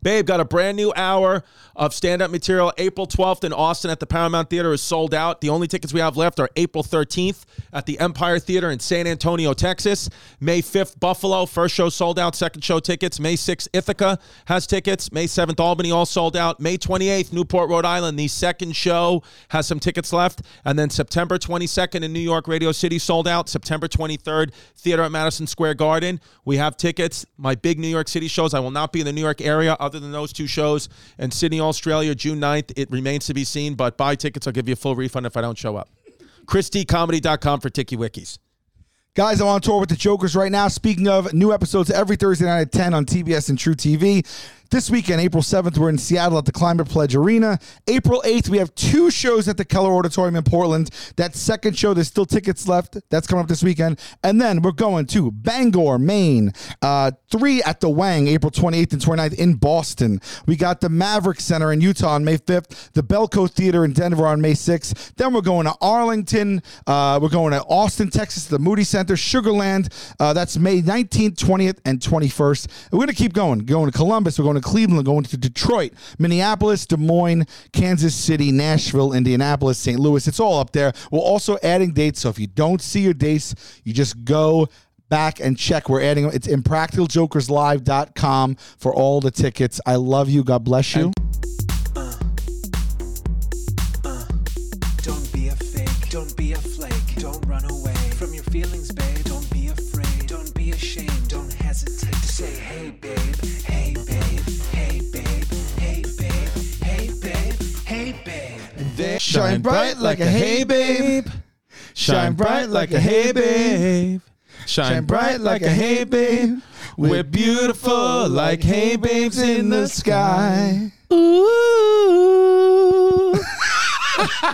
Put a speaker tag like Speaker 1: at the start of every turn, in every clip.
Speaker 1: Babe, got a brand new hour of stand up material. April 12th in Austin at the Paramount Theater is sold out. The only tickets we have left are April 13th at the Empire Theater in San Antonio, Texas. May 5th, Buffalo. First show sold out, second show tickets. May 6th, Ithaca has tickets. May 7th, Albany, all sold out. May 28th, Newport, Rhode Island, the second show has some tickets left. And then September 22nd in New York, Radio City sold out. September 23rd, Theater at Madison Square Garden. We have tickets. My big New York City shows. I will not be in the New York area other than those two shows. And Sydney, Australia, June 9th. It remains to be seen, but buy tickets. I'll give you a full refund if I don't show up. ChristyComedy.com for Tiki Wikis.
Speaker 2: Guys, I'm on tour with the Jokers right now. Speaking of new episodes every Thursday night at 10 on TBS and True TV. This weekend, April 7th, we're in Seattle at the Climber Pledge Arena. April 8th, we have two shows at the Keller Auditorium in Portland. That second show, there's still tickets left. That's coming up this weekend. And then we're going to Bangor, Maine. Uh, three at the Wang, April 28th and 29th in Boston. We got the Maverick Center in Utah on May 5th, the Belco Theater in Denver on May 6th. Then we're going to Arlington. Uh, we're going to Austin, Texas, the Moody Center, Sugarland. Uh, that's May 19th, 20th, and 21st. And we're going to keep going. Going to Columbus. We're going to Cleveland. Going to Detroit, Minneapolis, Des Moines, Kansas City, Nashville, Indianapolis, St. Louis. It's all up there. We're also adding dates. So if you don't see your dates, you just go back and check. We're adding them. It's impracticaljokerslive.com for all the tickets. I love you. God bless you.
Speaker 3: Don't be a fake, don't be a flake, don't run away from your feelings, babe. Don't be afraid, don't be ashamed, don't hesitate to say, hey, babe, hey, babe, hey, babe, hey, babe, hey, babe, hey, babe.
Speaker 1: They
Speaker 2: Shine bright like a hay babe. Shine bright like a hay babe. Shine bright like a hay babe. We're beautiful like hay babes in the sky.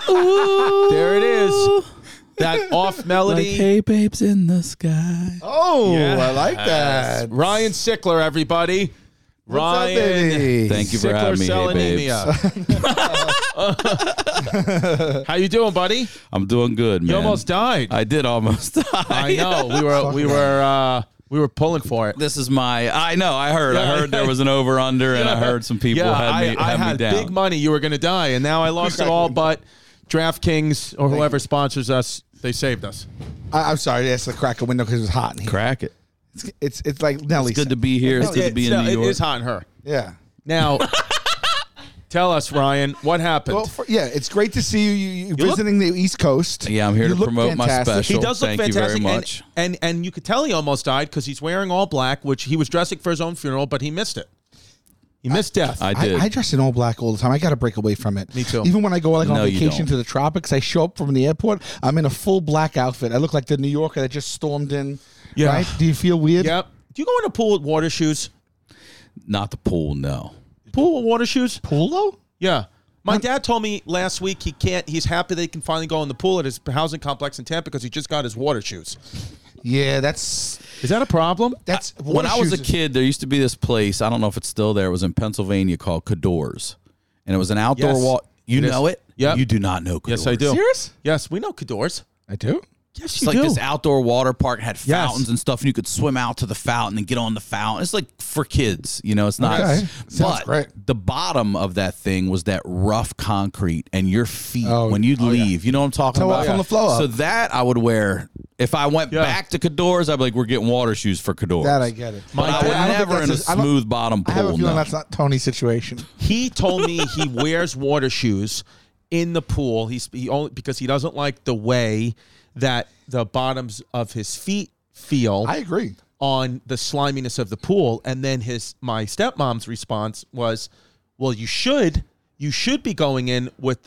Speaker 1: There it is. That off melody.
Speaker 4: babes in the sky.
Speaker 2: Oh, I like that.
Speaker 1: Ryan Sickler, everybody.
Speaker 2: What's up,
Speaker 1: Ryan.
Speaker 2: baby?
Speaker 4: Thank you for
Speaker 1: Sickler
Speaker 4: having me, hey
Speaker 1: selling
Speaker 4: babes.
Speaker 1: me up. How you doing, buddy?
Speaker 4: I'm doing good, man.
Speaker 1: You almost died.
Speaker 4: I did almost die.
Speaker 1: I know. We were we were uh, we were pulling for it.
Speaker 4: This is my. I know. I heard.
Speaker 1: Yeah.
Speaker 4: I heard there was an over under, and I heard some people
Speaker 1: yeah,
Speaker 4: had
Speaker 1: I,
Speaker 4: me,
Speaker 1: I
Speaker 4: had me
Speaker 1: had
Speaker 4: down.
Speaker 1: big money you were going to die, and now I lost it all. But DraftKings or whoever sponsors us, they saved us.
Speaker 2: I, I'm sorry. That's the crack a window because it was hot in here.
Speaker 4: Crack it.
Speaker 2: It's, it's it's like Nelly.
Speaker 4: It's good to
Speaker 2: said.
Speaker 4: be here. It's good to be in
Speaker 1: It's-
Speaker 4: New
Speaker 1: It
Speaker 4: York.
Speaker 1: is hot in her.
Speaker 2: Yeah.
Speaker 1: Now, tell us, Ryan, what happened?
Speaker 2: Well, for, yeah, it's great to see you. You, you
Speaker 1: You look-
Speaker 2: visiting the East Coast.
Speaker 4: Yeah, I'm here
Speaker 2: You
Speaker 4: to
Speaker 2: look
Speaker 4: promote my
Speaker 2: fantastic.
Speaker 4: special.
Speaker 1: He does look
Speaker 4: Thank you very
Speaker 1: fantastic, and- And,
Speaker 4: much.
Speaker 1: and you could tell he almost died because he's wearing all black, which he was dressing for his own funeral, but he missed it. He missed death.
Speaker 4: I
Speaker 2: I,
Speaker 4: did.
Speaker 2: I dress in all black all the time. I got to break away from it.
Speaker 1: Me too.
Speaker 2: Even when I go like on
Speaker 4: No, you
Speaker 2: vacation
Speaker 4: don't.
Speaker 2: to the tropics, I show up from the airport. I'm in a full black outfit. I look like the New Yorker that just stormed in.
Speaker 1: Yeah.
Speaker 2: Right? Do you feel weird?
Speaker 1: yep. Do you go in a pool with water shoes?
Speaker 4: Not the pool. No.
Speaker 1: Pool with water shoes?
Speaker 2: Polo?
Speaker 1: Yeah. My dad told me last week he can't. He's happy that he can finally go in the pool at his housing complex in Tampa because he just got his water shoes.
Speaker 2: Yeah, that's
Speaker 1: Is that a problem?
Speaker 2: that's
Speaker 4: when
Speaker 2: water
Speaker 4: I was a
Speaker 2: shoes is-
Speaker 4: kid, there used to be this place. I don't know if it's still there. It was in Pennsylvania called Cador's, and it was an outdoor
Speaker 1: Yes.
Speaker 4: walk. You
Speaker 1: It is.
Speaker 4: know it.
Speaker 1: Yep.
Speaker 4: You do not know. Cador's.
Speaker 1: Yes, I do.
Speaker 2: Serious?
Speaker 1: Yes, we know Cadors.
Speaker 2: I do.
Speaker 1: Yes,
Speaker 4: It's like this outdoor water park had
Speaker 1: Yes.
Speaker 4: fountains and stuff, and you could swim out to the fountain and get on the fountain. It's like for kids, you know. It's not.
Speaker 2: Okay. Sounds
Speaker 4: But
Speaker 2: great.
Speaker 4: the bottom of that thing was that rough concrete, and your feet
Speaker 2: Oh,
Speaker 4: when you
Speaker 2: oh, yeah.
Speaker 4: leave, you know what I'm talking
Speaker 2: Toe up
Speaker 4: about
Speaker 2: from the flow up.
Speaker 4: So that I would wear if I went
Speaker 1: Yeah.
Speaker 4: back to Cador's. I'd be like, we're getting water shoes for Cador's.
Speaker 2: That I get it.
Speaker 1: My
Speaker 4: But I
Speaker 1: dad-
Speaker 4: would
Speaker 1: I
Speaker 2: don't think
Speaker 4: never in a
Speaker 2: that's a- I don't-
Speaker 4: smooth bottom
Speaker 2: I
Speaker 4: pool.
Speaker 2: have a feeling
Speaker 4: no.
Speaker 2: that's not Tony's situation.
Speaker 1: He told me he wears water shoes in the pool. He's he only because he doesn't like the way that the bottoms of his feet feel
Speaker 2: I agree.
Speaker 1: on the sliminess of the pool. And then his my stepmom's response was, "Well, you should you should be going in with."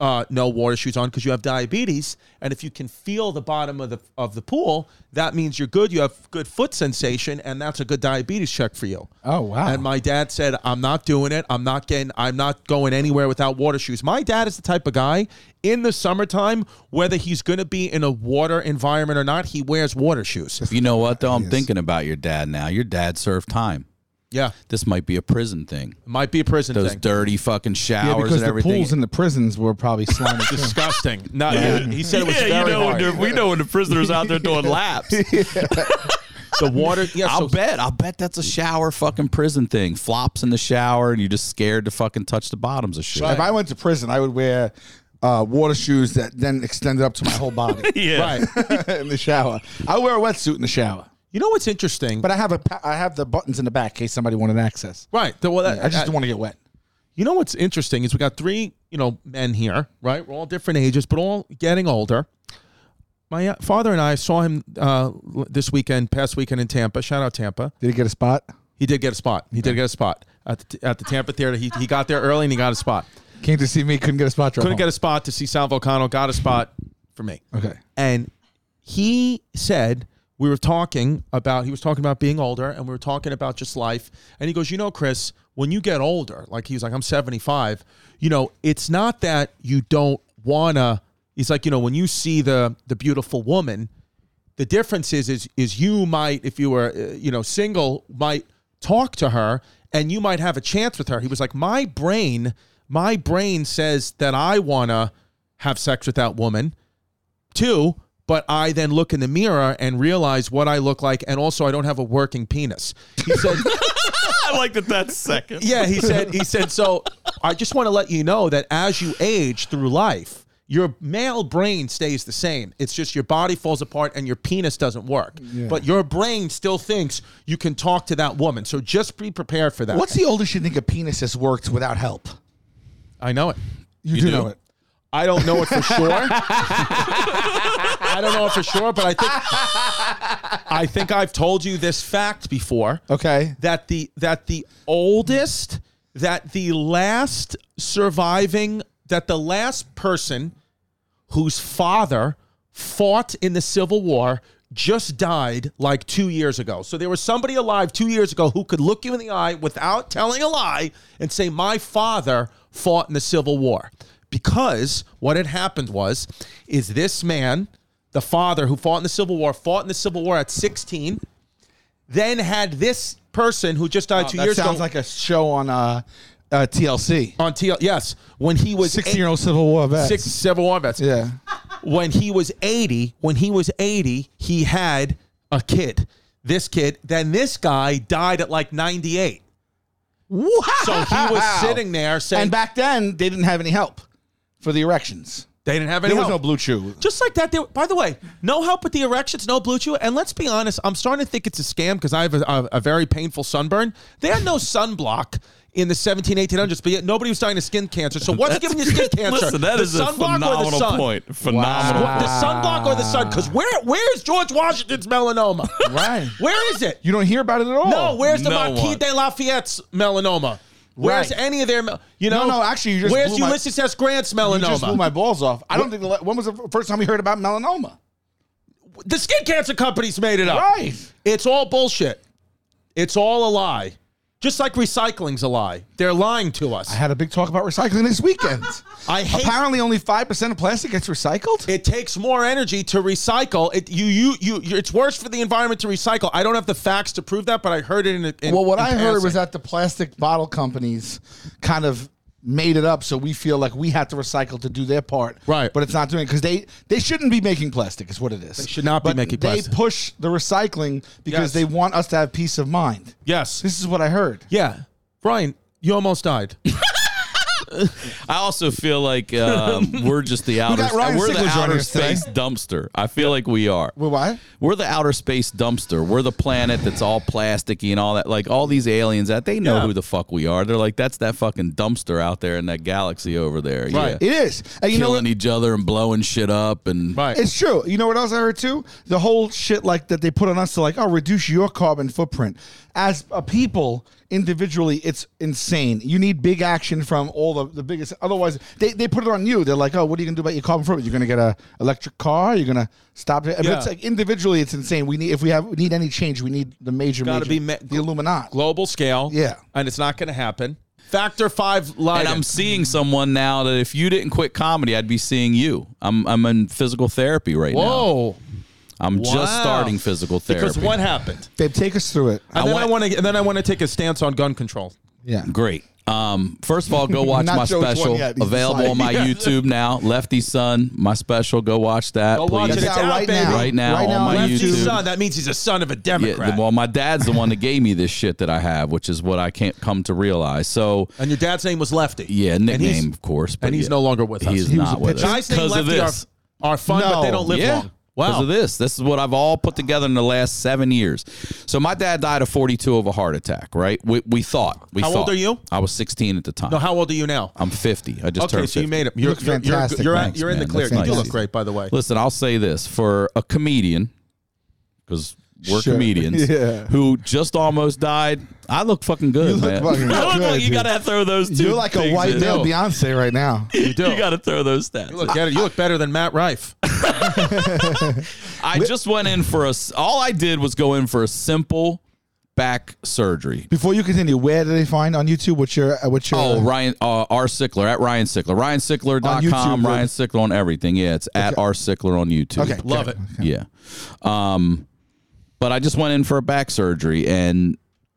Speaker 1: Uh, no water shoes on because you have diabetes, and if you can feel the bottom of the of the pool, that means you're good. You have good foot sensation, and that's a good diabetes check for you.
Speaker 2: Oh wow.
Speaker 1: And my dad said, "I'm not doing it. I'm not getting. I'm not going anywhere without water shoes." My dad is the type of guy in the summertime, whether he's going to be in a water environment or not, he wears water shoes.
Speaker 4: You know what though? I'm thinking about your dad now. Your dad served time.
Speaker 1: Yeah,
Speaker 4: This might be a prison thing.
Speaker 1: it might be a prison
Speaker 4: Those
Speaker 1: thing.
Speaker 4: dirty fucking showers
Speaker 2: yeah, because
Speaker 4: and
Speaker 2: the
Speaker 4: everything.
Speaker 2: pools in the prisons were probably slimy. too.
Speaker 1: Disgusting. No, he, he said it was
Speaker 4: yeah,
Speaker 1: very
Speaker 4: you know when
Speaker 1: hard.
Speaker 4: the- we know when the prisoners out there doing laps.
Speaker 1: The water. Yeah, so
Speaker 4: I'll bet. I'll bet that's a shower fucking prison thing. Flops in the shower and you're just scared to fucking touch the bottoms of shit.
Speaker 2: If I went to prison, I would wear uh, water shoes that then extended up to my whole body.
Speaker 4: Yeah.
Speaker 2: right. in the shower, I wear a wetsuit in the shower,
Speaker 1: you know what's interesting?
Speaker 2: but I have a pa- I have the buttons in the back in case somebody wanted access.
Speaker 1: right. the- well, that-
Speaker 2: I just don't want to get wet.
Speaker 1: You know what's interesting is we got three, you know, men here, right? We're all different ages, but all getting older. My uh, father and I saw him uh, l- this weekend, past weekend in Tampa. Shout out Tampa.
Speaker 2: Did he get a spot?
Speaker 1: He did get a spot. He did get a spot at the, at the Tampa Theater. He, he got there early and he got a spot.
Speaker 2: Came to see me, couldn't get a spot.
Speaker 4: Oh.
Speaker 1: Couldn't get a spot to see Sal Volcano. Got a spot for me.
Speaker 2: Okay.
Speaker 1: And he said we were talking about he was talking about being older and we were talking about just life and he goes you know chris when you get older like he was like i'm 75 you know it's not that you don't wanna he's like you know when you see the the beautiful woman the difference is is is you might if you were uh, you know single might talk to her and you might have a chance with her he was like my brain my brain says that i wanna have sex with that woman Two, but I then look in the mirror and realize what I look like, and also I don't have a working penis. He said,
Speaker 4: I like that that's second.
Speaker 1: "Yeah," he said. He said, "So I just want to let you know that as you age through life, your male brain stays the same. It's just your body falls apart and your penis doesn't work, but your brain still thinks you can talk to that woman. So just be prepared for that."
Speaker 2: What's the oldest you think a penis has worked without help?
Speaker 1: I know it.
Speaker 2: You, do,
Speaker 4: do?
Speaker 2: know it.
Speaker 1: I don't know it for sure. I don't know it for sure, but I think I think I've told you this fact before.
Speaker 2: Okay.
Speaker 1: that the that the oldest that the last surviving that the last person whose father fought in the civil war just died like 2 years ago. So there was somebody alive 2 years ago who could look you in the eye without telling a lie and say my father fought in the civil war. Because what had happened was is this man, the father who fought in the civil war, fought in the civil war at 16 then had this person who just died two
Speaker 2: That
Speaker 1: years
Speaker 2: sounds
Speaker 1: ago
Speaker 2: like a show on uh, uh, TLC.
Speaker 1: on TL. Yes, when he was eight-
Speaker 2: Sixteen-year-old Civil War vet.
Speaker 1: six Civil War vets.
Speaker 2: Yeah.
Speaker 1: When he was eighty, when he was eighty, he had a kid. This kid. Then this guy died at like ninety-eight. So he was sitting there saying
Speaker 2: And back then, they didn't have any help for the erections.
Speaker 1: they didn't have any.
Speaker 2: There was
Speaker 1: help.
Speaker 2: no blue chew.
Speaker 1: Just like that. They, by the way, no help with the erections, no blue chew. And let's be honest, I'm starting to think it's a scam because I have a, a, a very painful sunburn. They had no sunblock in the 17, 1800s, but yet nobody was dying of skin cancer. So what's giving you skin cancer?
Speaker 4: Listen, that
Speaker 1: The
Speaker 4: is a
Speaker 1: sunblock or the
Speaker 4: phenomenal
Speaker 1: sun?
Speaker 4: point. Phenomenal.
Speaker 1: What- the sunblock or the sun? Because where where's George Washington's melanoma?
Speaker 2: Right.
Speaker 1: Where is it?
Speaker 2: You don't hear about it at all.
Speaker 1: No, where's the
Speaker 4: No
Speaker 1: Marquis
Speaker 4: one.
Speaker 1: de Lafayette's melanoma? Where's
Speaker 2: Right.
Speaker 1: any of their, mel- you know?
Speaker 2: no, actually, you just
Speaker 1: where's
Speaker 2: blew my-
Speaker 1: Ulysses S. Grant's
Speaker 2: You
Speaker 1: melanoma?
Speaker 2: just blew my balls off. I don't think. the la- When was the first time you heard about melanoma?
Speaker 1: the skin cancer companies made it up.
Speaker 2: Right.
Speaker 1: It's all bullshit. It's all a lie. Just like recycling's a lie. They're lying to us.
Speaker 2: I had a big talk about recycling this weekend.
Speaker 1: I hate-
Speaker 2: Apparently, only five percent of plastic gets recycled.
Speaker 1: it takes more energy to recycle. It you you you. you- It's worse for the environment to recycle. I don't have the facts to prove that, but I heard it in. a- in
Speaker 2: well, what
Speaker 1: in
Speaker 2: I heard was
Speaker 1: passing.
Speaker 2: that the plastic bottle companies kind of made it up, so we feel like we have to recycle to do their part.
Speaker 1: Right.
Speaker 2: But it's not doing it because they they shouldn't be making plastic. Is what it is. They
Speaker 1: should not be making
Speaker 2: They
Speaker 1: plastic.
Speaker 2: push the recycling
Speaker 1: Yes.
Speaker 2: because they want us to have peace of mind.
Speaker 1: yes,
Speaker 2: This is what I heard.
Speaker 1: yeah, Brian, you almost died.
Speaker 4: I also feel like um, we're just the outer.
Speaker 2: got Ryan Sickler
Speaker 4: we're the
Speaker 2: joining
Speaker 4: outer
Speaker 2: us today.
Speaker 4: space dumpster. I feel like we are.
Speaker 2: Well, why?
Speaker 4: We're the outer space dumpster. We're the planet that's all plasticky and all that. Like all these aliens that they know
Speaker 1: Yeah.
Speaker 4: who the fuck we are. They're like, that's that fucking dumpster out there in that galaxy over there.
Speaker 1: Right.
Speaker 4: Yeah.
Speaker 2: It is. And you know
Speaker 4: Killing
Speaker 2: what?
Speaker 4: each other and blowing shit up and
Speaker 1: Right.
Speaker 2: It's true. You know what else I heard too? The whole shit like that they put on us to like, oh, reduce your carbon footprint. As a people, individually, it's insane. You need big action from all the, the biggest. Otherwise, they, they put it on you. They're like, oh, what are you gonna do about your carbon footprint? You're gonna get a electric car. You're gonna stop it. But
Speaker 1: Yeah.
Speaker 2: it's like individually, it's insane. We need if we have we need any change, we need the major.
Speaker 1: Gotta
Speaker 2: major-
Speaker 1: be ma-
Speaker 2: the Illuminati.
Speaker 1: Global scale.
Speaker 2: Yeah.
Speaker 1: and it's not going to happen. Factor five lie.
Speaker 4: And I'm seeing someone now that if you didn't quit comedy, I'd be seeing you. I'm I'm in physical therapy right now.
Speaker 1: Whoa,
Speaker 4: I'm
Speaker 1: Wow.
Speaker 4: just starting physical therapy.
Speaker 1: because what happened?
Speaker 2: Babe, take us through it.
Speaker 1: And
Speaker 4: I
Speaker 1: then
Speaker 4: want-
Speaker 1: I want to. And then I want to take a stance on gun control.
Speaker 2: Yeah.
Speaker 4: Great. Um, first of all, go watch
Speaker 2: Not
Speaker 4: my
Speaker 2: sure which one
Speaker 4: special
Speaker 2: yet. He's
Speaker 4: available on my
Speaker 1: deciding.
Speaker 4: YouTube now. Lefty Son, my special. Go watch that,
Speaker 1: Go
Speaker 4: please.
Speaker 1: watch it.
Speaker 2: That's
Speaker 1: It's
Speaker 2: out
Speaker 1: out,
Speaker 2: right
Speaker 1: baby.
Speaker 2: now.
Speaker 4: Right now on my
Speaker 1: Lefty
Speaker 4: YouTube.
Speaker 1: son. That means he's a son of a
Speaker 4: Yeah,
Speaker 1: Democrat.
Speaker 4: well, my dad's the one that gave me this shit that I have, which is what I can't come to realize. So,
Speaker 1: and your dad's name was Lefty.
Speaker 4: yeah,
Speaker 1: And he's-
Speaker 4: nickname, of course. But
Speaker 1: and he's
Speaker 4: yeah,
Speaker 1: no longer with us.
Speaker 4: He is
Speaker 1: He was
Speaker 4: not
Speaker 2: a
Speaker 4: with
Speaker 2: pitcher.
Speaker 4: us.
Speaker 1: Guys named
Speaker 4: Because of
Speaker 1: Lefty are,
Speaker 4: this.
Speaker 1: are fun, but they
Speaker 2: No.
Speaker 1: don't live
Speaker 4: yeah.
Speaker 1: long.
Speaker 4: Because
Speaker 1: Wow.
Speaker 4: of this. This is what I've all put together in the last seven years. So my dad died of 42 of a heart attack, right? We, we thought. We
Speaker 1: How old
Speaker 4: thought.
Speaker 1: are you?
Speaker 4: I was 16 at the time.
Speaker 1: No, how old are you now?
Speaker 4: I'm 50. I just
Speaker 1: okay,
Speaker 4: turned
Speaker 1: so
Speaker 4: 50.
Speaker 1: you made it. You're,
Speaker 2: look
Speaker 1: you're- you're-
Speaker 2: fantastic,
Speaker 1: You're,
Speaker 2: thanks,
Speaker 1: you're in the
Speaker 4: man.
Speaker 1: clear.
Speaker 4: Looks
Speaker 1: You do
Speaker 4: nice.
Speaker 1: look great, by the way.
Speaker 4: Listen, I'll say this for a comedian, because we're
Speaker 2: Sure.
Speaker 4: comedians
Speaker 2: Yeah.
Speaker 4: who just almost died. I look fucking good,
Speaker 2: You look
Speaker 4: man.
Speaker 2: fucking
Speaker 4: I look
Speaker 2: good,
Speaker 4: like you
Speaker 2: dude.
Speaker 4: gotta throw those two.
Speaker 2: You're like a
Speaker 4: things
Speaker 2: white
Speaker 4: in.
Speaker 2: male
Speaker 1: do.
Speaker 2: Beyonce right now.
Speaker 1: You do.
Speaker 4: You gotta throw those stats.
Speaker 1: You look, better- you look better than Matt Rife.
Speaker 4: I just went in for a. s- All I did was go in for a simple back surgery.
Speaker 2: Before you continue, where do they find on YouTube? What's your uh, what's your?
Speaker 4: Oh, Ryan uh, R Sickler at Ryan Sickler,
Speaker 2: On YouTube,
Speaker 4: RyanSickler.com,
Speaker 2: right?
Speaker 4: Ryan Sickler on everything. Yeah, it's at R Sickler on YouTube.
Speaker 2: Okay,
Speaker 1: Love it.
Speaker 4: Yeah. Um, but I just went in for a back surgery, and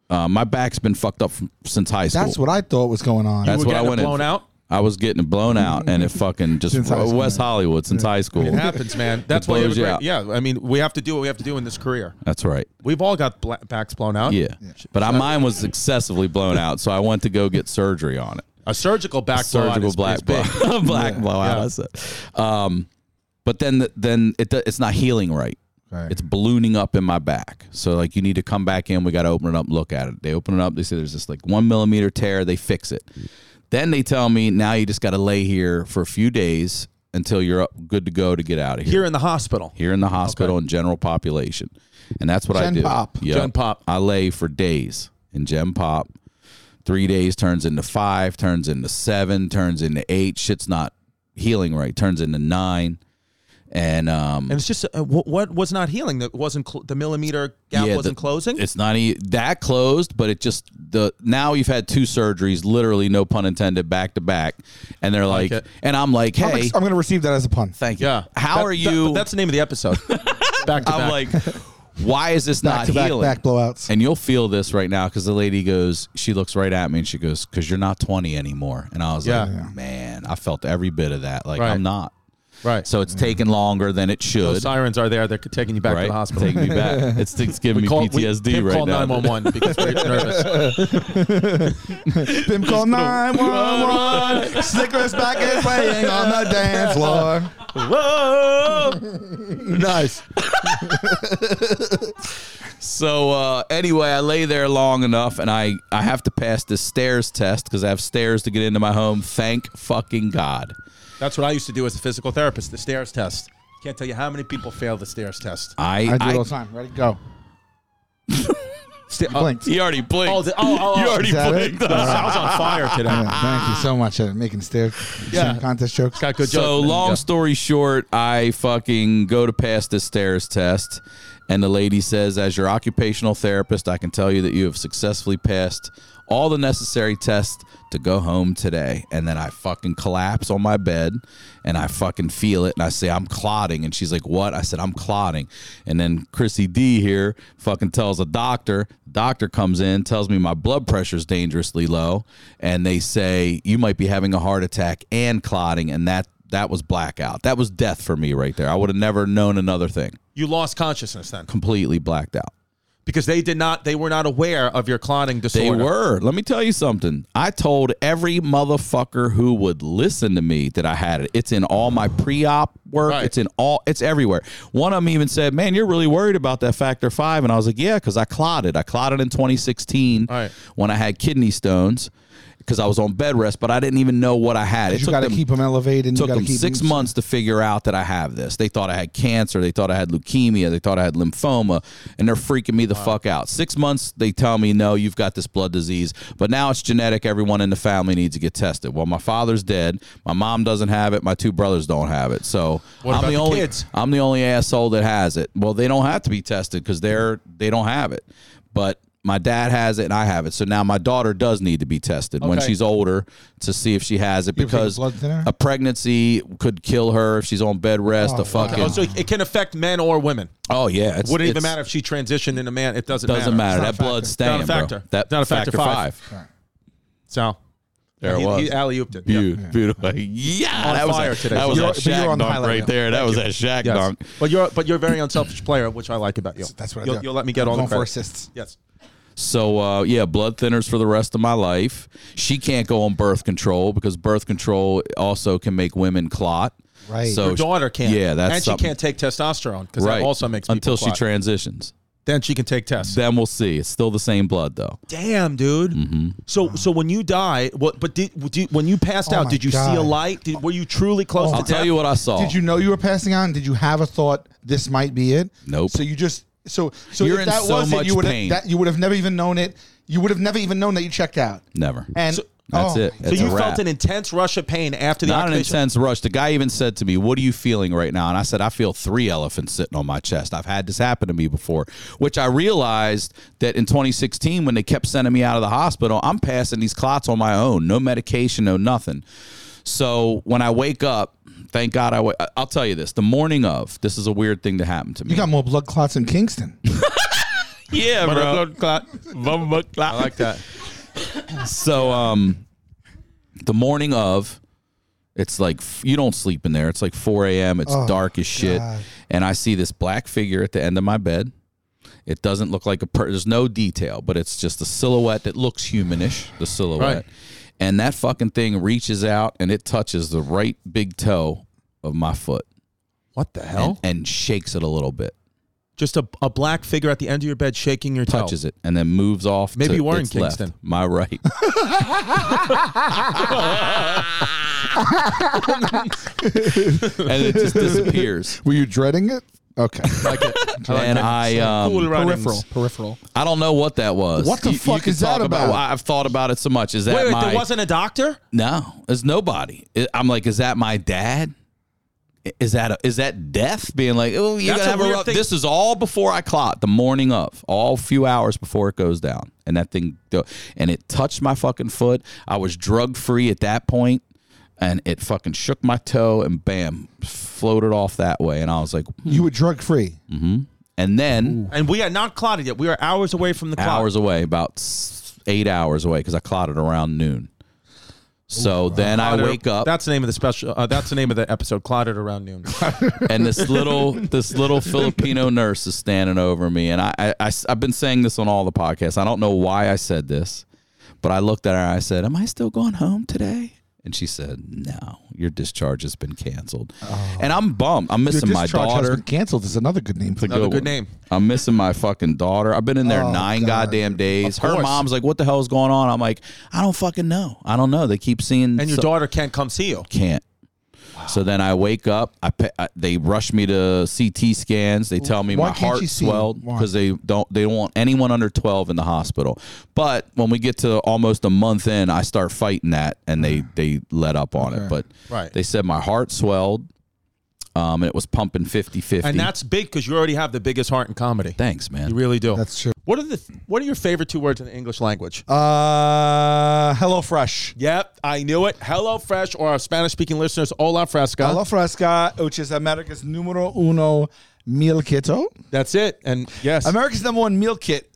Speaker 4: uh, my back's been fucked up from, since high school.
Speaker 2: That's what I thought was going on.
Speaker 4: That's
Speaker 1: We're
Speaker 4: what I
Speaker 1: getting
Speaker 4: went in
Speaker 1: blown
Speaker 4: for.
Speaker 1: out.
Speaker 4: I was getting blown out, and it fucking just
Speaker 2: Since high school,
Speaker 4: West
Speaker 2: man.
Speaker 4: Hollywood since high school.
Speaker 1: It happens, man. That's why you have a
Speaker 4: blows you
Speaker 1: great.
Speaker 4: out.
Speaker 1: Yeah, I mean, we have to do what we have to do in this career.
Speaker 4: That's right.
Speaker 1: We've all got bla- backs blown out.
Speaker 4: Yeah, but I, mine was excessively blown out, so I went to go get surgery on it.
Speaker 1: A surgical back blowout
Speaker 4: surgical
Speaker 1: is-
Speaker 4: black
Speaker 1: is big.
Speaker 4: blow- black blowout.
Speaker 1: Yeah.
Speaker 4: I said. Um, but then the- then it do- it's not healing right.
Speaker 2: Right.
Speaker 4: It's ballooning up in my back. So like you need to come back in. We got to open it up, and look at it. They open it up. They say there's this like one millimeter tear. They fix it. Then they tell me now you just got to lay here for a few days until you're up, good to go to get out of here.
Speaker 1: Here in the hospital.
Speaker 4: Here in the hospital in general population, and that's what I
Speaker 2: Gen
Speaker 4: do.
Speaker 2: Pop.
Speaker 4: Yep.
Speaker 1: Gen Pop.
Speaker 4: I lay for days in Gen Pop. Three days turns into five, turns into seven, turns into eight. Shit's not healing right. Turns into nine, and um,
Speaker 1: And it's just uh, what, what was not healing. That wasn't cl- the millimeter gap
Speaker 4: Yeah,
Speaker 1: wasn't
Speaker 4: the-
Speaker 1: closing.
Speaker 4: It's not e- that closed, but it just the now you've had two surgeries, literally no pun intended, back to back, and they're like,
Speaker 1: it.
Speaker 4: and I'm like,
Speaker 2: I'm,
Speaker 4: hey,
Speaker 2: ex- I'm going to receive that as a pun.
Speaker 4: thank you.
Speaker 1: yeah.
Speaker 4: How
Speaker 1: That-
Speaker 4: are
Speaker 1: that-
Speaker 4: you?
Speaker 1: that's the name of the episode. back to
Speaker 4: I'm
Speaker 1: back.
Speaker 4: like, why is this
Speaker 2: Back
Speaker 4: not
Speaker 2: to back,
Speaker 4: healing?
Speaker 2: back blowouts.
Speaker 4: And you'll feel this right now because the lady goes, she looks right at me and she goes, because you're not 20 anymore. And I was
Speaker 1: Yeah. Yeah.
Speaker 4: like, man, I felt every bit of that. Like
Speaker 1: Right.
Speaker 4: I'm not.
Speaker 1: right.
Speaker 4: So it's taking longer than it should.
Speaker 1: Those sirens are there. They're taking you back
Speaker 4: right?
Speaker 1: to the hospital.
Speaker 4: Take me back. It's, it's giving me
Speaker 1: Call- we-
Speaker 4: PTSD
Speaker 1: Pip
Speaker 4: right
Speaker 1: call
Speaker 4: now.
Speaker 1: 911 because we're nervous.
Speaker 2: Bim call 911. Snickers back is playing on the dance floor.
Speaker 1: Whoa!
Speaker 2: Nice.
Speaker 4: So uh, anyway, I lay there long enough, and I I have to pass this stairs test because I have stairs to get into my home. Thank fucking God.
Speaker 1: That's what I used to do as a physical therapist. The stairs test. Can't tell you how many people fail the stairs test.
Speaker 4: I,
Speaker 2: I do it
Speaker 4: I-
Speaker 2: all the time. Ready? Go.
Speaker 1: Sta- oh,
Speaker 2: Blinked.
Speaker 4: uh, he already blinked.
Speaker 1: Oh, the- oh, oh,
Speaker 4: you
Speaker 1: oh.
Speaker 4: already
Speaker 2: Is that it?
Speaker 4: blinked.
Speaker 1: I was on fire today.
Speaker 2: Yeah, thank you so much for making stairs
Speaker 1: Yeah.
Speaker 2: yeah. contest jokes.
Speaker 1: Got good jokes.
Speaker 4: So long story short, I fucking go to pass this stairs test, and the lady says, "As your occupational therapist, I can tell you that you have successfully passed all the necessary tests to go home today." And then I fucking collapse on my bed, and I fucking feel it, and I say, "I'm clotting," and she's like, "What?" I said, "I'm clotting," and then Chrissy D here fucking tells a doctor. Doctor comes in, tells me my blood pressure's dangerously low, and they say you might be having a heart attack and clotting, and that that was blackout. That was death for me right there. I would have never known another thing.
Speaker 1: You lost consciousness then
Speaker 4: Completely blacked out.
Speaker 1: because they did not. They were not aware of your clotting
Speaker 4: They
Speaker 1: disorder.
Speaker 4: were. Let me tell you something. I told every motherfucker who would listen to me that I had it. It's in all my pre-op work.
Speaker 1: Right.
Speaker 4: It's in all. It's everywhere. One of them even said, "Man, you're really worried about that factor five. And I was like, "Yeah, because I clotted. I clotted in 2016
Speaker 1: Right.
Speaker 4: when I had kidney stones because I was on bed rest, but I didn't even know what I had. It
Speaker 2: You
Speaker 4: took
Speaker 2: got to
Speaker 4: them-
Speaker 2: keep them elevated.
Speaker 4: took
Speaker 2: you got
Speaker 4: them
Speaker 2: to keep
Speaker 4: six
Speaker 2: 'em-
Speaker 4: months to figure out that I have this. They thought I had cancer. They thought I had leukemia. They thought I had lymphoma, and they're freaking me the fuck out. Six months, they tell me, no, you've got this blood disease, but now it's genetic. Everyone in the family needs to get tested. Well, my father's dead. My mom doesn't have it. My two brothers don't have it. So
Speaker 1: What
Speaker 4: I'm
Speaker 1: about
Speaker 4: the,
Speaker 1: the
Speaker 4: only
Speaker 1: kids?
Speaker 4: I'm the only asshole that has it. Well, they don't have to be tested because they're they don't have it, but. My dad has it and I have it. So now my daughter does need to be tested when
Speaker 1: Okay.
Speaker 4: she's older to see if she has it
Speaker 2: You ever take a
Speaker 4: because
Speaker 2: blood thinner?
Speaker 4: a pregnancy could kill her if she's on bed rest.
Speaker 2: Oh,
Speaker 4: a fucking
Speaker 1: Oh, so it can affect men or women.
Speaker 4: oh yeah, it's,
Speaker 1: Wouldn't even
Speaker 4: it's-
Speaker 1: matter if she transitioned into man. It doesn't,
Speaker 4: Doesn't matter.
Speaker 2: It's not a
Speaker 4: That blood's
Speaker 2: factor.
Speaker 4: staying,
Speaker 1: Not a factor.
Speaker 4: bro. That
Speaker 1: Not a factor five.
Speaker 4: five.
Speaker 1: So
Speaker 4: There it
Speaker 1: He-
Speaker 4: was.
Speaker 1: He alley ooped it. Yep.
Speaker 4: Beautiful. Beautiful. Yeah,
Speaker 1: On
Speaker 4: that was
Speaker 1: fire
Speaker 4: a,
Speaker 1: today.
Speaker 4: That was
Speaker 1: You're-
Speaker 4: that
Speaker 2: but you're
Speaker 4: Shaq
Speaker 2: on the
Speaker 4: dunk
Speaker 2: highlight
Speaker 4: right
Speaker 2: reel.
Speaker 4: there. That was that Shaq
Speaker 1: Yes.
Speaker 4: dunk.
Speaker 1: But you're but you're a very unselfish player, which I like about you.
Speaker 2: That's what I
Speaker 1: you'll,
Speaker 2: do.
Speaker 1: You'll let me get all
Speaker 2: Going
Speaker 1: the
Speaker 2: for
Speaker 1: credit.
Speaker 2: assists.
Speaker 1: Yes.
Speaker 4: So uh, yeah, blood thinners for the rest of my life. She can't go on birth control because birth control also can make women clot.
Speaker 2: Right.
Speaker 4: So
Speaker 1: Your daughter can't.
Speaker 4: Oh, Yeah, that's
Speaker 1: and
Speaker 4: something.
Speaker 1: she can't take testosterone because
Speaker 4: right.
Speaker 1: that also makes people
Speaker 4: until
Speaker 1: clot.
Speaker 4: she transitions.
Speaker 1: then she can take tests.
Speaker 4: Then we'll see. It's still the same blood though.
Speaker 1: Damn, dude.
Speaker 4: Mm-hmm.
Speaker 1: So so when you die, what? But did, did when you passed
Speaker 2: Oh
Speaker 1: out,
Speaker 2: my
Speaker 1: did you see a
Speaker 2: God.
Speaker 1: light? Did, were you truly close
Speaker 2: Oh
Speaker 1: to
Speaker 4: I'll
Speaker 1: death?
Speaker 4: tell you what I saw.
Speaker 2: Did you know you were passing out? And did you have a thought this might be it?
Speaker 4: Nope.
Speaker 2: So you just so so
Speaker 4: You're
Speaker 2: if
Speaker 4: in
Speaker 2: that
Speaker 4: so
Speaker 2: was it,
Speaker 4: much
Speaker 2: you would
Speaker 4: pain.
Speaker 2: have that you would have never even known it. You would have never even known that you checked out.
Speaker 4: Never.
Speaker 2: And
Speaker 4: That's
Speaker 2: oh
Speaker 4: it.
Speaker 2: my
Speaker 1: So
Speaker 4: That's
Speaker 1: you
Speaker 4: a wrap.
Speaker 1: felt an intense rush of pain after the
Speaker 4: Not an
Speaker 1: occupation.
Speaker 4: intense rush. The guy even said to me, "What are you feeling right now?" And I said, "I feel three elephants sitting on my chest. I've had this happen to me before." Which I realized that in 2016, when they kept sending me out of the hospital, I'm passing these clots on my own, no medication, no nothing. So when I wake up, thank God I. Wa- I- I'll tell you this: the morning of, this is a weird thing to happen to me.
Speaker 2: You got more blood clots in Kingston.
Speaker 4: yeah,
Speaker 1: uh,
Speaker 4: bro.
Speaker 1: I like that.
Speaker 4: So um, the morning of, it's like f- you don't sleep in there. It's like 4 a.m. It's dark as shit,
Speaker 2: God.
Speaker 4: and I see this black figure at the end of my bed. It doesn't look like a per- there's no detail, but it's just a silhouette that looks humanish. The silhouette,
Speaker 1: Right.
Speaker 4: and that fucking thing reaches out and it touches the right big toe of my foot
Speaker 1: What the
Speaker 4: and,
Speaker 1: hell?
Speaker 4: and shakes it a little bit,
Speaker 1: Just a, a black figure at the end of your bed shaking your toe.
Speaker 4: touches it, and then moves off.
Speaker 1: Maybe
Speaker 4: to
Speaker 1: you were in
Speaker 4: its left,
Speaker 1: Kingston.
Speaker 4: my right. and it just disappears.
Speaker 2: were you dreading it? Okay. like it.
Speaker 4: and I,
Speaker 1: Cool
Speaker 4: um,
Speaker 1: runnings.
Speaker 2: peripheral. Peripheral.
Speaker 4: I don't know what that was.
Speaker 2: What the fuck
Speaker 4: could
Speaker 2: is that
Speaker 4: talk
Speaker 2: about?
Speaker 4: I- I've thought about it so much. Is that
Speaker 1: Wait, wait,
Speaker 4: my?
Speaker 1: there wasn't a doctor?
Speaker 4: no, there's nobody. I- I'm like, is that my dad? I- Is that a, is that death? Being like, oh, you
Speaker 1: That's
Speaker 4: gotta
Speaker 1: a
Speaker 4: have a
Speaker 1: weird
Speaker 4: rough.
Speaker 1: thing.
Speaker 4: This is all before I clot the morning of, all few hours before it goes down, and that thing, go- and it touched my fucking foot. I was drug free at that point, and it fucking shook my toe, and bam, floated off that way, and I was like, hmm.
Speaker 2: You were drug free.
Speaker 4: and then.
Speaker 1: And we are not clotted yet. We are hours away from the clot.
Speaker 4: hours away, about s- eight hours away, because I clotted around noon. So then I
Speaker 1: Clotted-
Speaker 4: wake up,
Speaker 1: That's the name of the special. Uh, that's the name of the episode. Clotted around noon.
Speaker 4: and this little this little Filipino nurse is standing over me, and I, I, have been saying this on all the podcasts. I don't know why I said this, but I looked at her and I said, "Am I still going home today?" And she said, "No, your discharge has been canceled." And I'm bummed. I'm
Speaker 2: Your
Speaker 4: missing my
Speaker 2: discharge has
Speaker 4: daughter.
Speaker 2: been canceled is another good name for
Speaker 4: It's
Speaker 2: that.
Speaker 4: a
Speaker 1: Another good
Speaker 4: one.
Speaker 1: name.
Speaker 4: I'm missing my fucking daughter. I've been in there
Speaker 2: Oh,
Speaker 4: nine
Speaker 2: God.
Speaker 4: goddamn days.
Speaker 1: Of
Speaker 4: Her
Speaker 1: course.
Speaker 4: mom's like, "What the hell is going on?" I'm like, "I don't fucking know. I don't know." They keep seeing
Speaker 1: And your
Speaker 4: so-
Speaker 1: daughter can't come see you.
Speaker 4: can't. So then I wake up. I, pa- I they rush me to CT scans. They tell me
Speaker 2: Why
Speaker 4: my
Speaker 2: can't
Speaker 4: heart
Speaker 2: you see?
Speaker 4: swelled
Speaker 2: Why?
Speaker 4: because they don't they don't want anyone under twelve in the hospital. But when we get to almost a month in, I start fighting that, and they
Speaker 2: Mm.
Speaker 4: they let up on it. But
Speaker 1: Right.
Speaker 4: they said my heart swelled, um, and it was pumping 50-50.
Speaker 1: And that's big because you already have the biggest heart in comedy.
Speaker 4: thanks, man.
Speaker 1: You really do.
Speaker 2: That's true.
Speaker 1: What are the What are your favorite two words in the English language?
Speaker 2: Uh, Hello Fresh.
Speaker 1: Yep, I knew it. Hello Fresh or our Spanish speaking listeners, hola fresca.
Speaker 2: Hello Fresca, which is America's numero uno meal kit. Oh,
Speaker 1: That's it. And yes,
Speaker 2: America's number one meal kit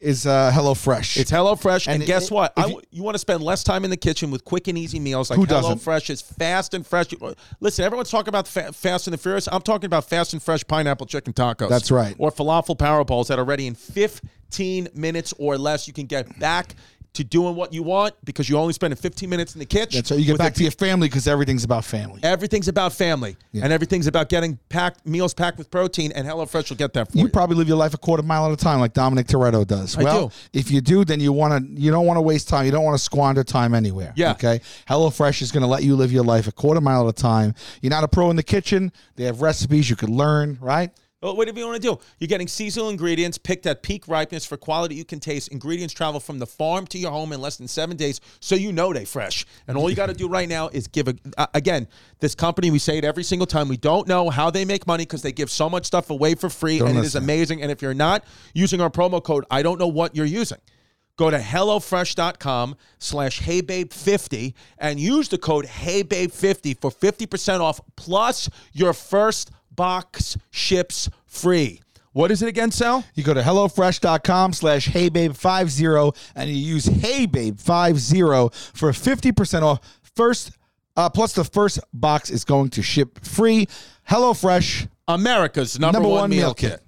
Speaker 2: is uh, Hello Fresh.
Speaker 1: it's Hello Fresh. And,
Speaker 2: And
Speaker 1: guess
Speaker 2: it-
Speaker 1: what?
Speaker 2: if
Speaker 1: I
Speaker 2: you-
Speaker 1: w you want to spend less time in the kitchen with quick and easy meals like
Speaker 2: Who
Speaker 1: Hello
Speaker 2: doesn't?
Speaker 1: Fresh is fast and fresh. You- Listen, everyone's talking about fa- Fast and the Furious. I'm talking about Fast and Fresh pineapple chicken tacos.
Speaker 2: That's right.
Speaker 1: Or falafel power balls that are ready in 15 minutes or less. You can get back to doing what you want because you only spending 15 minutes in the kitchen.
Speaker 2: That's right. You get
Speaker 1: with a
Speaker 2: back to your family because everything's about family.
Speaker 1: Everything's about family, and everything's about getting packed meals packed with protein. And HelloFresh will get that for you.
Speaker 2: You probably live your life a quarter mile at a time, like Dominic Toretto does. well,
Speaker 1: do.
Speaker 2: if you do, then you want to. You don't want to waste time. You don't want to squander time anywhere.
Speaker 1: Yeah.
Speaker 2: Okay. HelloFresh is going to let you live your life a quarter mile at a time. You're not a pro in the kitchen. They have recipes you could learn. Right.
Speaker 1: Well, whatever you want to do, you're getting seasonal ingredients picked at peak ripeness for quality you can taste. Ingredients travel from the farm to your home in less than seven days, so you know they fresh. And all you got to do right now is give a. Uh, again, this company we say it every single time. We don't know how they make money because they give so much stuff away for free, and it is
Speaker 2: listen.
Speaker 1: amazing. And if you're not using our promo code, I don't know what you're using. Go to HelloFresh.com slash HeyBabe50 and use the code HeyBabe50 for 50% off plus your first box ships free. What is it again, Sal?
Speaker 2: You go to HelloFresh.com slash HeyBabe50 and you use HeyBabe50 for 50% off first, uh, plus the first box is going to ship free. HelloFresh,
Speaker 1: America's number, one, meal kit.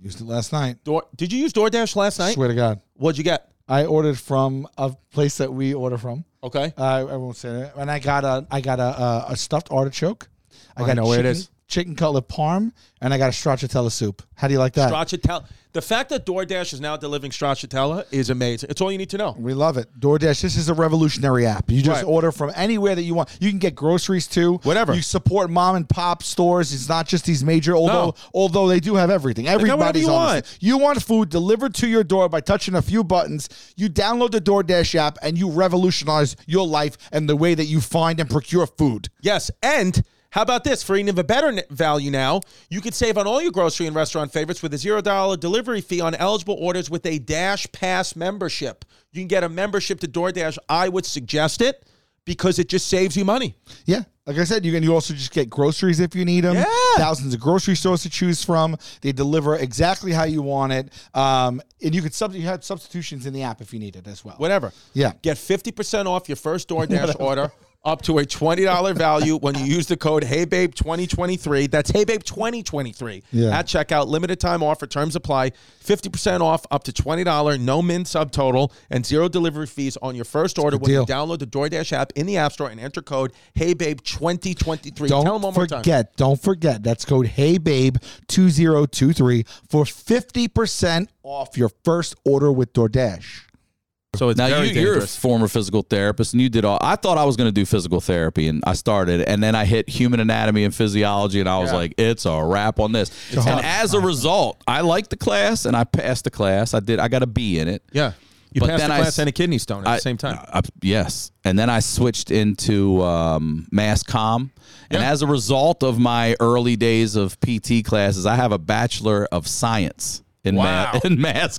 Speaker 2: Used it last night.
Speaker 1: Door- Did you use DoorDash last night?
Speaker 2: Swear to God.
Speaker 1: What'd you get?
Speaker 2: I ordered from a place that we order from.
Speaker 1: Okay.
Speaker 2: Uh, I won't say that. And I got a I got a a, a stuffed artichoke. I got
Speaker 1: know where it
Speaker 2: chicken,
Speaker 1: is.
Speaker 2: Chicken cutlet parm, and I got a stracciatella soup. How do you like that?
Speaker 1: Stracciatella. The fact that DoorDash is now delivering stracciatella is amazing. It's all you need to know.
Speaker 2: we love it. DoorDash, this is a revolutionary app. You just
Speaker 1: Right.
Speaker 2: order from anywhere that you want. You can get groceries too.
Speaker 1: Whatever.
Speaker 2: You support mom and pop stores. It's not just these major, although
Speaker 1: No.
Speaker 2: although they do have everything.
Speaker 1: got whatever
Speaker 2: Everybody's
Speaker 1: you
Speaker 2: on this
Speaker 1: want.
Speaker 2: thing. You want food delivered to your door by touching a few buttons. You download the DoorDash app and you revolutionize your life and the way that you find and procure food.
Speaker 1: Yes. And how about this? For even a better n- value now, you could save on all your grocery and restaurant favorites with a $0 delivery fee on eligible orders with a Dash Pass membership. You can get a membership to DoorDash. I would suggest it because it just saves you money.
Speaker 2: Yeah. Like I said, you can you also just get groceries if you need them.
Speaker 1: Yeah.
Speaker 2: Thousands of grocery stores to choose from. They deliver exactly how you want it. Um, and you could sub- you have substitutions in the app if you need it as well.
Speaker 1: Whatever.
Speaker 2: Yeah.
Speaker 1: Get 50% off your first DoorDash order up to a $20 value when you use the code HeyBabe2023. That's HeyBabe2023
Speaker 2: Yeah.
Speaker 1: at checkout. Limited time offer. Terms apply. 50% off up to $20. No min subtotal and zero delivery fees on your first order when you
Speaker 2: deal.
Speaker 1: download the DoorDash app in the App Store and enter code HeyBabe2023. Tell
Speaker 2: Don't
Speaker 1: them one more time.
Speaker 2: forget, don't forget. That's code Hey Babe two zero two three for fifty percent off your first order with DoorDash.
Speaker 1: So it's
Speaker 4: Now
Speaker 1: very
Speaker 4: you, you're a
Speaker 1: dangerous.
Speaker 4: former physical therapist, and you did all. I thought I was going to do physical therapy, and I started, and then I hit human anatomy and physiology, and I was like, "It's a wrap on this." and as a result, I liked the class, and I passed the class. I did. I got a B in it.
Speaker 1: yeah. You
Speaker 4: But
Speaker 1: passed
Speaker 4: then
Speaker 1: the
Speaker 4: I
Speaker 1: class
Speaker 4: s-
Speaker 1: and a kidney stone at
Speaker 4: I-
Speaker 1: the same time.
Speaker 4: I- yes, and then I switched into um, mass comm, and as a result of my early days of PT classes, I have a bachelor of science. In,
Speaker 1: Wow.
Speaker 4: ma- in mass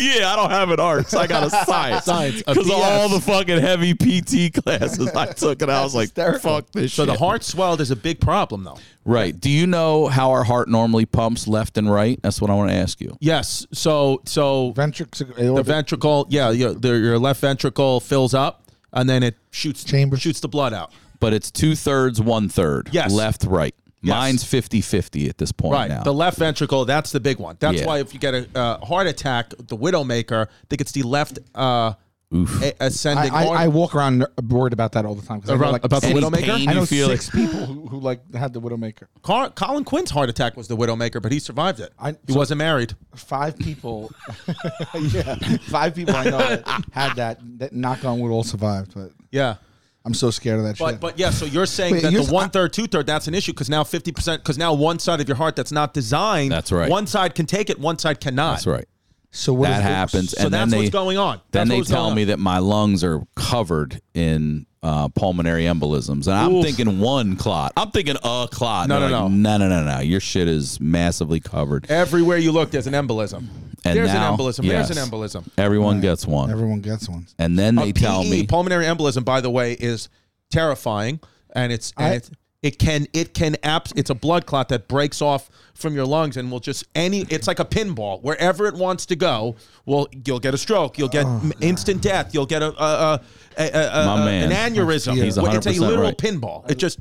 Speaker 4: yeah, I don't have an arts. I got a science.
Speaker 1: Science, a
Speaker 4: Because
Speaker 1: BS.
Speaker 4: all the fucking heavy PT classes I took, and I was like,
Speaker 2: hysterical.
Speaker 4: fuck this
Speaker 1: so
Speaker 4: shit.
Speaker 1: the heart swelled is a big problem, though.
Speaker 4: right. Do you know how our heart normally pumps left and right? That's what I want to ask you.
Speaker 1: Yes. So so
Speaker 2: Ventricle
Speaker 1: the ventricle, yeah, your, the, your left ventricle fills up and then it shoots
Speaker 2: Chamber.
Speaker 1: shoots the blood out.
Speaker 4: But it's two thirds, one third.
Speaker 1: Yes.
Speaker 4: Left, right.
Speaker 1: Yes.
Speaker 4: Mine's 50 50 at this point
Speaker 1: Right.
Speaker 4: now.
Speaker 1: The left ventricle, that's the big one. That's
Speaker 4: Yeah.
Speaker 1: why if you get a uh, heart attack, the widowmaker, I think it's the left uh, a-
Speaker 2: I,
Speaker 1: ascending
Speaker 2: I, I
Speaker 1: artery.
Speaker 2: walk around worried about that all the time because I know,
Speaker 1: Around-
Speaker 2: like,
Speaker 1: about the
Speaker 2: six-
Speaker 4: Any
Speaker 1: Widowmaker?
Speaker 4: pain
Speaker 2: I
Speaker 4: you
Speaker 2: know
Speaker 4: feel
Speaker 2: six people who, who like had the Widowmaker.
Speaker 1: Car- Colin Quinn's heart attack was the widowmaker, but he survived it.
Speaker 2: I-
Speaker 1: he
Speaker 2: so-
Speaker 1: wasn't married.
Speaker 2: five people yeah five people i know that had that that knock on wood all survived but
Speaker 1: Yeah.
Speaker 2: i'm so scared of that
Speaker 1: But
Speaker 2: shit
Speaker 1: but yeah, so you're saying
Speaker 2: Wait,
Speaker 1: that
Speaker 2: here's-
Speaker 1: the one third, two third, that's an issue because now fifty percent, because now one side of your heart that's not designed,
Speaker 4: That's right.
Speaker 1: One side can take it, one side cannot.
Speaker 4: That's right.
Speaker 2: so what is
Speaker 4: that
Speaker 2: it?
Speaker 4: happens.
Speaker 1: So
Speaker 4: and
Speaker 1: that's
Speaker 4: then
Speaker 1: what's
Speaker 4: they,
Speaker 1: going on.
Speaker 4: Then
Speaker 1: That's
Speaker 4: they
Speaker 1: what's going
Speaker 4: tell
Speaker 1: on.
Speaker 4: me that my lungs are covered in uh, pulmonary embolisms, and I'm
Speaker 1: Oof.
Speaker 4: thinking one clot. I'm thinking a clot.
Speaker 1: No,
Speaker 4: They're
Speaker 1: no,
Speaker 4: like, no, no, no, no. Your shit is massively covered.
Speaker 1: Everywhere you look, there's an embolism.
Speaker 4: And
Speaker 1: there's
Speaker 4: now-
Speaker 1: an embolism.
Speaker 4: yes.
Speaker 1: There's an embolism.
Speaker 4: Everyone gets one,
Speaker 2: everyone gets one
Speaker 4: and then they
Speaker 1: A E.
Speaker 4: tell
Speaker 1: PE,
Speaker 4: me
Speaker 1: pulmonary embolism, by the way, is terrifying, and it's and
Speaker 2: I-
Speaker 1: it's, it can it can abs- it's a blood clot that breaks off from your lungs and will just any it's like a pinball wherever it wants to go. Well, you'll get a stroke, you'll get
Speaker 2: Oh,
Speaker 1: m instant death, you'll get a a, a, a, a,
Speaker 4: My
Speaker 1: a-
Speaker 4: man.
Speaker 1: an aneurysm.
Speaker 4: He's
Speaker 1: Well, it's a
Speaker 4: 100%
Speaker 1: literal
Speaker 4: right.
Speaker 1: pinball. It just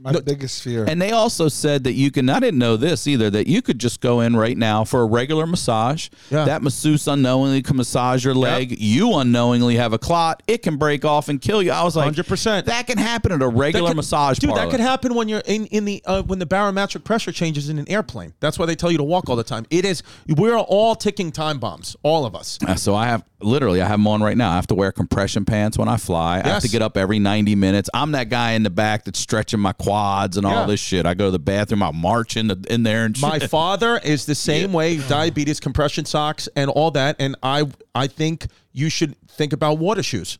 Speaker 2: my biggest fear
Speaker 4: And they also said that you can. I didn't know this either. That you could just go in right now for a regular massage.
Speaker 1: Yeah.
Speaker 4: That masseuse unknowingly can massage your leg. You unknowingly have a clot. It can break off and kill you. I was like,
Speaker 1: 100%.
Speaker 4: That can happen at a regular
Speaker 1: That could-
Speaker 4: massage
Speaker 1: dude.
Speaker 4: parlor.
Speaker 1: That could happen when you're in in the uh, when the barometric pressure changes in an airplane. That's why they tell you to walk all the time. It is we're all ticking time bombs, all of us.
Speaker 4: Uh, So I have literally I have them on right now. I have to wear compression pants when I fly. I have
Speaker 1: Yes.
Speaker 4: to get up every 90 minutes. I'm that guy in the back that's stretching my quads and all
Speaker 1: Yeah.
Speaker 4: this shit. I go to the bathroom, I march in the, in there and
Speaker 1: My
Speaker 4: shit.
Speaker 1: father is the same way, diabetes, compression socks, and all that. And I I think you should think about water shoes.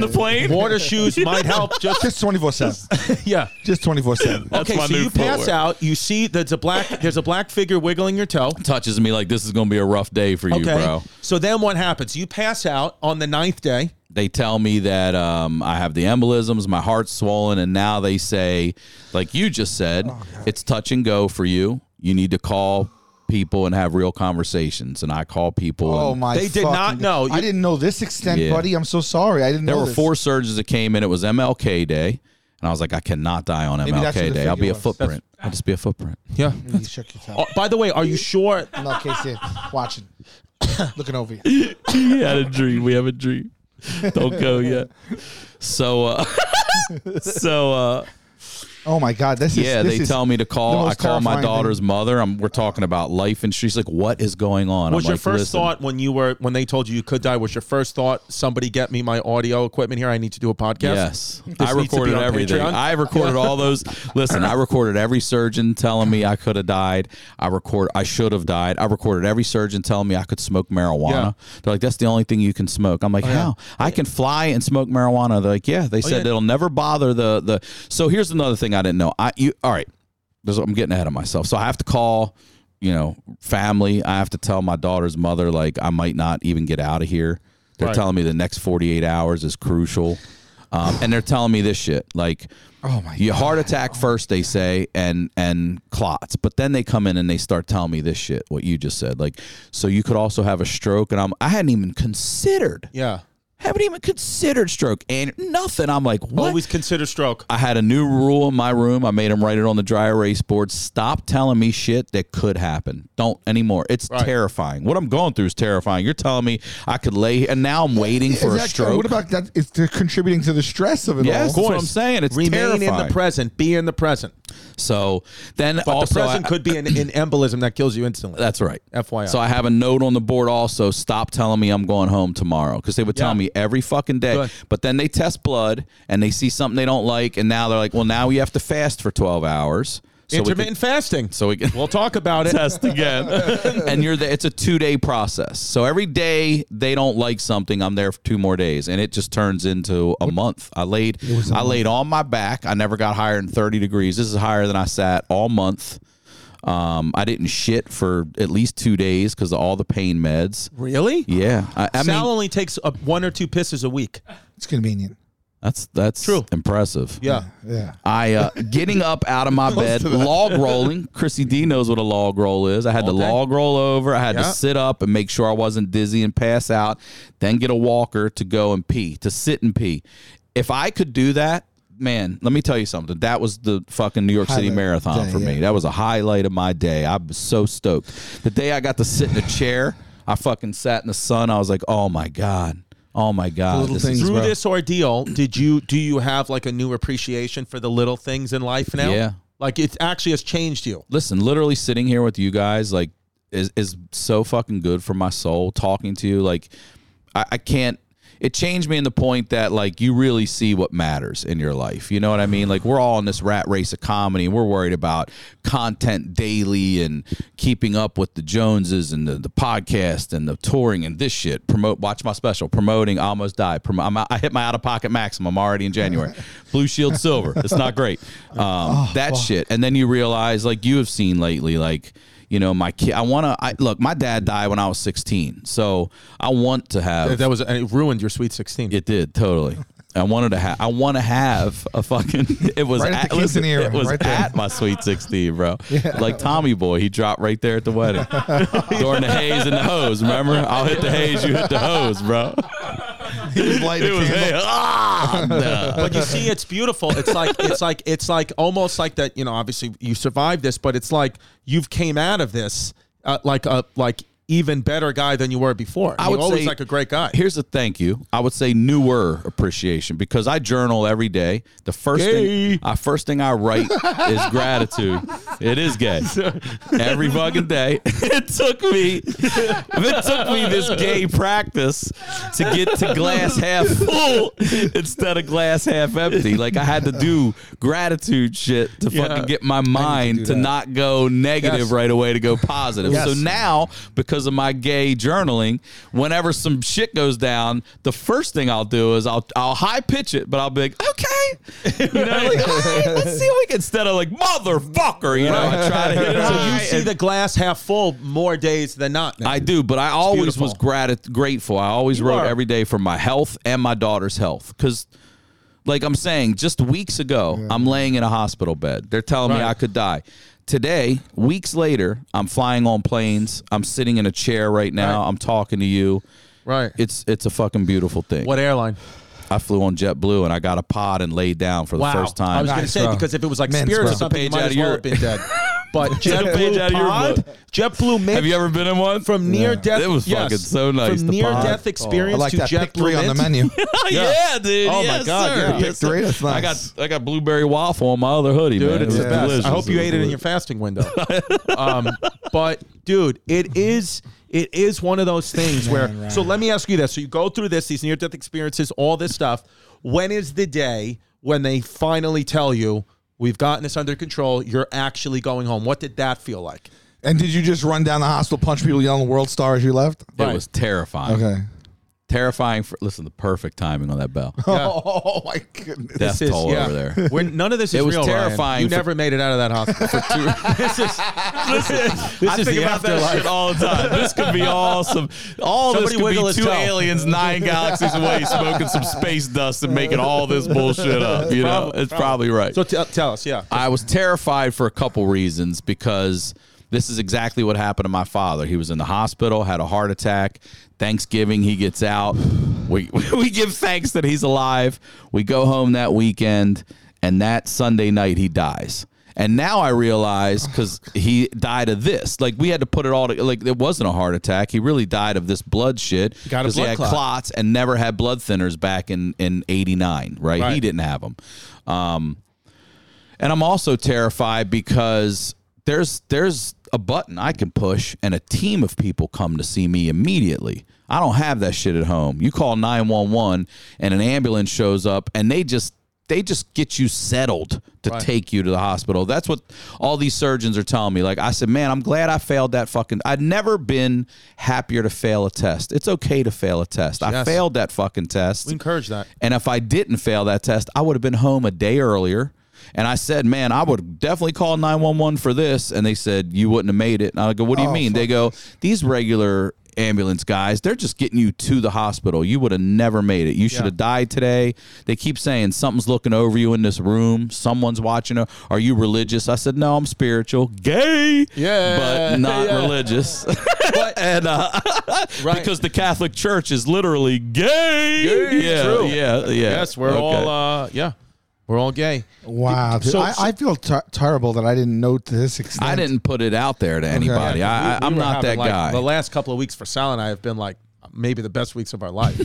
Speaker 4: the plane.
Speaker 1: Water shoes might help. Just
Speaker 2: just 24 7
Speaker 1: yeah.
Speaker 2: just 24 7
Speaker 1: okay,
Speaker 4: my
Speaker 1: so
Speaker 4: new
Speaker 1: you pass
Speaker 4: footwear.
Speaker 1: out. You see there's a black there's a black figure wiggling your toe.
Speaker 4: Touches me like this is going to be a rough day for you,
Speaker 1: Okay.
Speaker 4: bro.
Speaker 1: So then what happens? You pass out on the ninth day.
Speaker 4: They tell me that um, I have the embolisms,
Speaker 2: Oh,
Speaker 4: my heart's swollen, and now they say, like you just said, it's touch and go for you. You need to call people and have real conversations. And I call people.
Speaker 2: Oh
Speaker 4: and
Speaker 2: my!
Speaker 1: They did not
Speaker 2: fucking-
Speaker 1: know.
Speaker 2: I
Speaker 1: You-
Speaker 2: didn't know this extent,
Speaker 4: Yeah.
Speaker 2: buddy. I'm so sorry. I didn't.
Speaker 4: There
Speaker 2: know
Speaker 4: were
Speaker 2: this.
Speaker 4: four surgeons that came in. It was MLK Day, and I was like, I cannot die on
Speaker 2: Maybe that's what
Speaker 4: MLK
Speaker 2: the
Speaker 4: Day. I'll
Speaker 2: figure
Speaker 4: be a
Speaker 2: was.
Speaker 4: footprint. I'll just be a footprint.
Speaker 1: Yeah.
Speaker 2: You shook your
Speaker 1: Oh,
Speaker 2: top.
Speaker 1: by the way, are you sure?
Speaker 2: No, Casey, watching, looking over you.
Speaker 4: he had a dream. We have a dream. Don't go yet. So, uh, so uh,
Speaker 2: Oh my God, this is.
Speaker 4: yeah,
Speaker 2: this
Speaker 4: they
Speaker 2: is-
Speaker 4: tell me to
Speaker 2: the
Speaker 4: call.
Speaker 2: most
Speaker 4: I call my
Speaker 2: terrifying
Speaker 4: daughter's mother. I'm, we're talking about life, and she's like, "What is going on?"
Speaker 1: Was
Speaker 4: I'm
Speaker 1: your
Speaker 4: like,
Speaker 1: first
Speaker 4: "Listen."
Speaker 1: thought when you were when they told you you could die? Was your first thought somebody get me my audio equipment here? I need to do a podcast.
Speaker 4: Yes,
Speaker 1: This needs
Speaker 4: I
Speaker 1: to be
Speaker 4: recorded
Speaker 1: on
Speaker 4: everything.
Speaker 1: Patreon.
Speaker 4: I recorded all those. Listen, I recorded every surgeon telling me I could have died. I record. I should have died. I recorded every surgeon telling me I could smoke marijuana.
Speaker 1: Yeah. Oh,
Speaker 4: They're like, "That's the only thing you can smoke." I'm like, "How? I can fly and smoke marijuana." They're like, "Yeah." They said
Speaker 1: yeah.
Speaker 4: it'll never bother the the. So here's another thing I didn't know. I you all right? There's, I'm getting ahead of myself. So I have to call. You know, family. I have to tell my daughter's mother like I might not even get out of here. They're
Speaker 1: Right.
Speaker 4: telling me the next 48 hours is crucial. Um, and they're telling me this shit like
Speaker 2: Oh my
Speaker 4: your heart attack first they say and and clots but then they come in and they start telling me this shit what you just said like so you could also have a stroke and I'm I hadn't even considered
Speaker 1: Yeah.
Speaker 4: haven't even considered stroke and nothing I'm like what
Speaker 1: Always consider stroke.
Speaker 4: I had a new rule in my room. I made him write it on the dry erase board. Stop telling me shit that could happen. Don't anymore. It's
Speaker 1: Right.
Speaker 4: terrifying. What I'm going through is terrifying. You're telling me I could lay and now I'm waiting for
Speaker 2: Is
Speaker 4: a
Speaker 2: that-
Speaker 4: stroke.
Speaker 2: What about that? It's they're contributing to the stress of it
Speaker 4: Yes.
Speaker 2: all.
Speaker 4: That's what I'm saying. It's
Speaker 1: remain in
Speaker 4: terrifying.
Speaker 1: the present. Be in the present.
Speaker 4: so then
Speaker 1: But
Speaker 4: also
Speaker 1: the present
Speaker 4: I-
Speaker 1: could be an, an embolism that kills you instantly.
Speaker 4: That's right.
Speaker 1: FYI.
Speaker 4: So I have a note on the board also. Stop telling me I'm going home tomorrow because they would
Speaker 1: Yeah.
Speaker 4: tell me every fucking day.
Speaker 1: Good.
Speaker 4: But then they test blood and they see something they don't like, and now they're like, well, now we have to fast for 12 hours. So we
Speaker 1: Intermittent
Speaker 4: can
Speaker 1: fasting.
Speaker 4: so we can
Speaker 1: we'll talk about it.
Speaker 4: test again. and you're the, it's a two day process. So every day they don't like something, I'm there for two more days, and it just turns into a month. I laid I laid on my back. I never got higher than 30 degrees. This is higher than I sat all month. Um, I didn't shit for at least two days because of all the pain meds.
Speaker 1: Really?
Speaker 4: Yeah, I, I
Speaker 1: Sal
Speaker 4: mean
Speaker 1: only takes uh one or two pisses a week.
Speaker 2: It's convenient.
Speaker 4: that's that's
Speaker 1: True.
Speaker 4: impressive.
Speaker 1: Yeah.
Speaker 2: Yeah.
Speaker 4: I uh, getting up out of my bed, log rolling. Chrissy D knows what a log roll is. I had to
Speaker 1: day.
Speaker 4: log roll over. I had
Speaker 1: Yeah.
Speaker 4: to sit up and make sure I wasn't dizzy and pass out. Then get a walker to go and pee, to sit and pee. If I could do that, man, let me tell you something. That was the fucking New York City
Speaker 2: Highlight
Speaker 4: Marathon
Speaker 2: day,
Speaker 4: for me.
Speaker 2: yeah.
Speaker 4: That was a highlight of my day. I was so stoked. The day I got to sit in a chair, I fucking sat in the sun. I was like, oh my god, oh my god,
Speaker 2: little
Speaker 4: this is
Speaker 2: things,
Speaker 1: Through
Speaker 2: bro.
Speaker 1: this ordeal, did you do you have like a new appreciation for the little things in life now?
Speaker 4: Yeah.
Speaker 1: Like it actually has changed you.
Speaker 4: listen, literally sitting here with you guys, like, is is so fucking good for my soul. Talking to you, like, I, I can't. It changed me in the point that like you really see what matters in your life. You know what I mean? Like we're all in this rat race of comedy, and we're worried about content daily and keeping up with the Joneses and the, the podcast and the touring and this shit. Promote, watch my special, promoting. I almost died. Promo, I'm, out- I hit my out of pocket maximum. I'm already in January. Blue Shield Silver. It's not great. Um, that shit. And then you realize, like you have seen lately, like you know, my kid. I want to. I look. My dad died when I was 16, so I want to have.
Speaker 1: That was and it ruined your sweet sixteen.
Speaker 4: It did totally. I wanted to have. I want to have a fucking. It was
Speaker 2: Right at the
Speaker 4: listen,
Speaker 2: quinceanera,
Speaker 4: It was
Speaker 2: right there.
Speaker 4: at my sweet 16, bro. Like Tommy Boy, he dropped right there at the wedding during the haze and the hose. Remember, I'll hit the haze, you hit the hose, bro.
Speaker 2: He was lighting
Speaker 4: It
Speaker 2: a
Speaker 4: was
Speaker 2: candle.
Speaker 4: haze. Ah, nah.
Speaker 1: but you see it's beautiful it's like it's like it's like almost like that you know obviously you survived this but it's like you've came out of this uh, like a like even better guy than you were before
Speaker 4: I
Speaker 1: You're
Speaker 4: would
Speaker 1: always
Speaker 4: say-
Speaker 1: like a great guy
Speaker 4: Here's a thank you. I would say newer appreciation because I journal every day. The first
Speaker 1: Gay.
Speaker 4: thing I first thing I write is gratitude. It is gay. Every fucking day. It took me it took me this gay practice to get to glass half full instead of glass half empty. Like I had to do gratitude shit to
Speaker 1: Yeah.
Speaker 4: fucking get my mind to,
Speaker 2: that.
Speaker 4: not go negative
Speaker 1: Yes.
Speaker 4: right away to go positive.
Speaker 1: Yes.
Speaker 4: So now, because of my gay journaling, whenever some shit goes down, the first thing I'll do is I'll I'll high pitch it, but I'll be like, okay, you know, like, all right, let's see what we can, instead of like motherfucker, you know, I try to hit it
Speaker 1: so you
Speaker 4: high
Speaker 1: see
Speaker 4: and-
Speaker 1: the glass half full more days than not now.
Speaker 4: I do, but I always
Speaker 1: beautiful.
Speaker 4: was grat- grateful. I always wrote
Speaker 1: are.
Speaker 4: every day for my health and my daughter's health because. Like I'm saying, just weeks ago, I'm laying in a hospital bed. They're telling
Speaker 1: Right.
Speaker 4: me I could die. today, weeks later, I'm flying on planes. I'm sitting in a chair right now. I'm talking to you.
Speaker 1: Right.
Speaker 4: It's it's a fucking beautiful thing.
Speaker 1: what airline?
Speaker 4: I flew on JetBlue and I got a pod and laid down for the
Speaker 1: Wow.
Speaker 4: first time.
Speaker 1: I was going to
Speaker 2: Nice,
Speaker 1: say
Speaker 2: bro.
Speaker 1: because if it was like
Speaker 2: Men's
Speaker 1: Spirit
Speaker 2: bro.
Speaker 1: or something, it
Speaker 4: Page
Speaker 1: might
Speaker 4: out
Speaker 1: as
Speaker 4: of
Speaker 1: well
Speaker 4: your-
Speaker 1: have been dead. But
Speaker 4: a page
Speaker 1: JetBlue
Speaker 4: out of your
Speaker 1: pod,
Speaker 4: book.
Speaker 1: JetBlue made
Speaker 4: Have you ever been in one?
Speaker 1: from near death.
Speaker 4: It was
Speaker 1: yes,
Speaker 4: fucking so nice,
Speaker 1: From
Speaker 4: the
Speaker 1: near
Speaker 4: pod.
Speaker 1: death
Speaker 2: Oh, I
Speaker 1: experience
Speaker 2: like
Speaker 1: to
Speaker 2: that
Speaker 1: JetBlue
Speaker 2: pick three on the
Speaker 1: Mint.
Speaker 2: menu.
Speaker 4: yeah. dude.
Speaker 1: Oh, my
Speaker 4: yes,
Speaker 1: God,
Speaker 4: sir.
Speaker 1: yeah.
Speaker 4: Yes,
Speaker 1: Pick
Speaker 4: sir.
Speaker 2: three, that's nice.
Speaker 4: I got I got blueberry waffle on my other hoodie,
Speaker 1: dude.
Speaker 4: man.
Speaker 1: It's
Speaker 4: was
Speaker 1: the best.
Speaker 4: delicious.
Speaker 1: I hope you ate it in your fasting window. um, but dude, it is it is one of those things where.
Speaker 2: Man, right.
Speaker 1: So let me ask you this: So you go through this, these near death experiences, all this stuff. When is the day when they finally tell you we've gotten this under control? You're actually going home. What did that feel like?
Speaker 2: And did you just run down the hospital, punch people, yelling "World Star" as you left?
Speaker 4: It was terrifying.
Speaker 2: Okay.
Speaker 4: Terrifying. For, listen, the perfect timing on that bell.
Speaker 2: Oh my goodness.
Speaker 4: Death
Speaker 1: This is-
Speaker 4: toll
Speaker 1: yeah.
Speaker 4: over there.
Speaker 1: We're- none of this is
Speaker 4: It was
Speaker 1: real, Ryan.
Speaker 4: terrifying
Speaker 1: You
Speaker 4: for-
Speaker 1: never made it out of that hospital. For two, this is this
Speaker 4: I
Speaker 1: is
Speaker 4: think
Speaker 1: the
Speaker 4: about that
Speaker 1: afterlife.
Speaker 4: shit all the time. This could be awesome. All
Speaker 1: Somebody
Speaker 4: this could
Speaker 1: wiggle
Speaker 4: be
Speaker 1: his
Speaker 4: two
Speaker 1: toe.
Speaker 4: aliens nine galaxies away smoking some space dust and making all this bullshit up. You know, it's probably right.
Speaker 1: So t- tell us, yeah.
Speaker 4: I was terrified for a couple reasons because this is exactly what happened to my father. He was in the hospital, had a heart attack. Thanksgiving, he gets out. We we give thanks that he's alive. We go home that weekend, and that Sunday night he dies. And now I realize because he died of this. Like we had to put it all. To, like it wasn't a heart attack. He really died of this blood shit
Speaker 1: got a
Speaker 4: because he
Speaker 1: blood
Speaker 4: had
Speaker 1: clot.
Speaker 4: clots and never had blood thinners back in in '89. Right?
Speaker 1: Right.
Speaker 4: he didn't have them. Um, and I'm also terrified because there's there's a button I can push and a team of people come to see me immediately. I don't have that shit at home. You call 911 and an ambulance shows up and they just they just get you settled to take you to the hospital. That's what all these surgeons are telling me. Like I said, man, I'm glad I failed that fucking I'd never been happier to fail a test. It's okay to fail a test. I
Speaker 1: Yes.
Speaker 4: failed that fucking test.
Speaker 1: We encourage that.
Speaker 4: And if I didn't fail that test, I would have been home a day earlier. And I said, man, I would definitely call 911 for this. And they said, you wouldn't have made it. And I go,
Speaker 1: Oh,
Speaker 4: what do you mean? They go, these regular ambulance guys, they're just getting you to the hospital. You would have never made it. You should
Speaker 1: Yeah.
Speaker 4: have died today. They keep saying, something's looking over you in this room. Someone's watching. o- Are you religious? I said, no, I'm spiritual. Gay.
Speaker 1: Yeah.
Speaker 4: But not
Speaker 1: Yeah.
Speaker 4: religious.
Speaker 1: But-
Speaker 4: and, uh,
Speaker 1: Right.
Speaker 4: because the Catholic Church is literally gay.
Speaker 1: Gay,
Speaker 4: yeah,
Speaker 1: true.
Speaker 4: yeah, yeah.
Speaker 1: Yes, we're
Speaker 4: Okay.
Speaker 1: all uh yeah. We're all gay.
Speaker 2: Wow. dude.
Speaker 1: So-
Speaker 2: I, I feel ter- terrible that I didn't know to this extent.
Speaker 4: I didn't put it out there to anybody.
Speaker 1: Yeah,
Speaker 4: I, I,
Speaker 1: we- we
Speaker 4: I'm
Speaker 1: were
Speaker 4: not
Speaker 1: having,
Speaker 4: that
Speaker 1: like,
Speaker 4: guy.
Speaker 1: The last couple of weeks for Sal and I have been like maybe the best weeks of our life.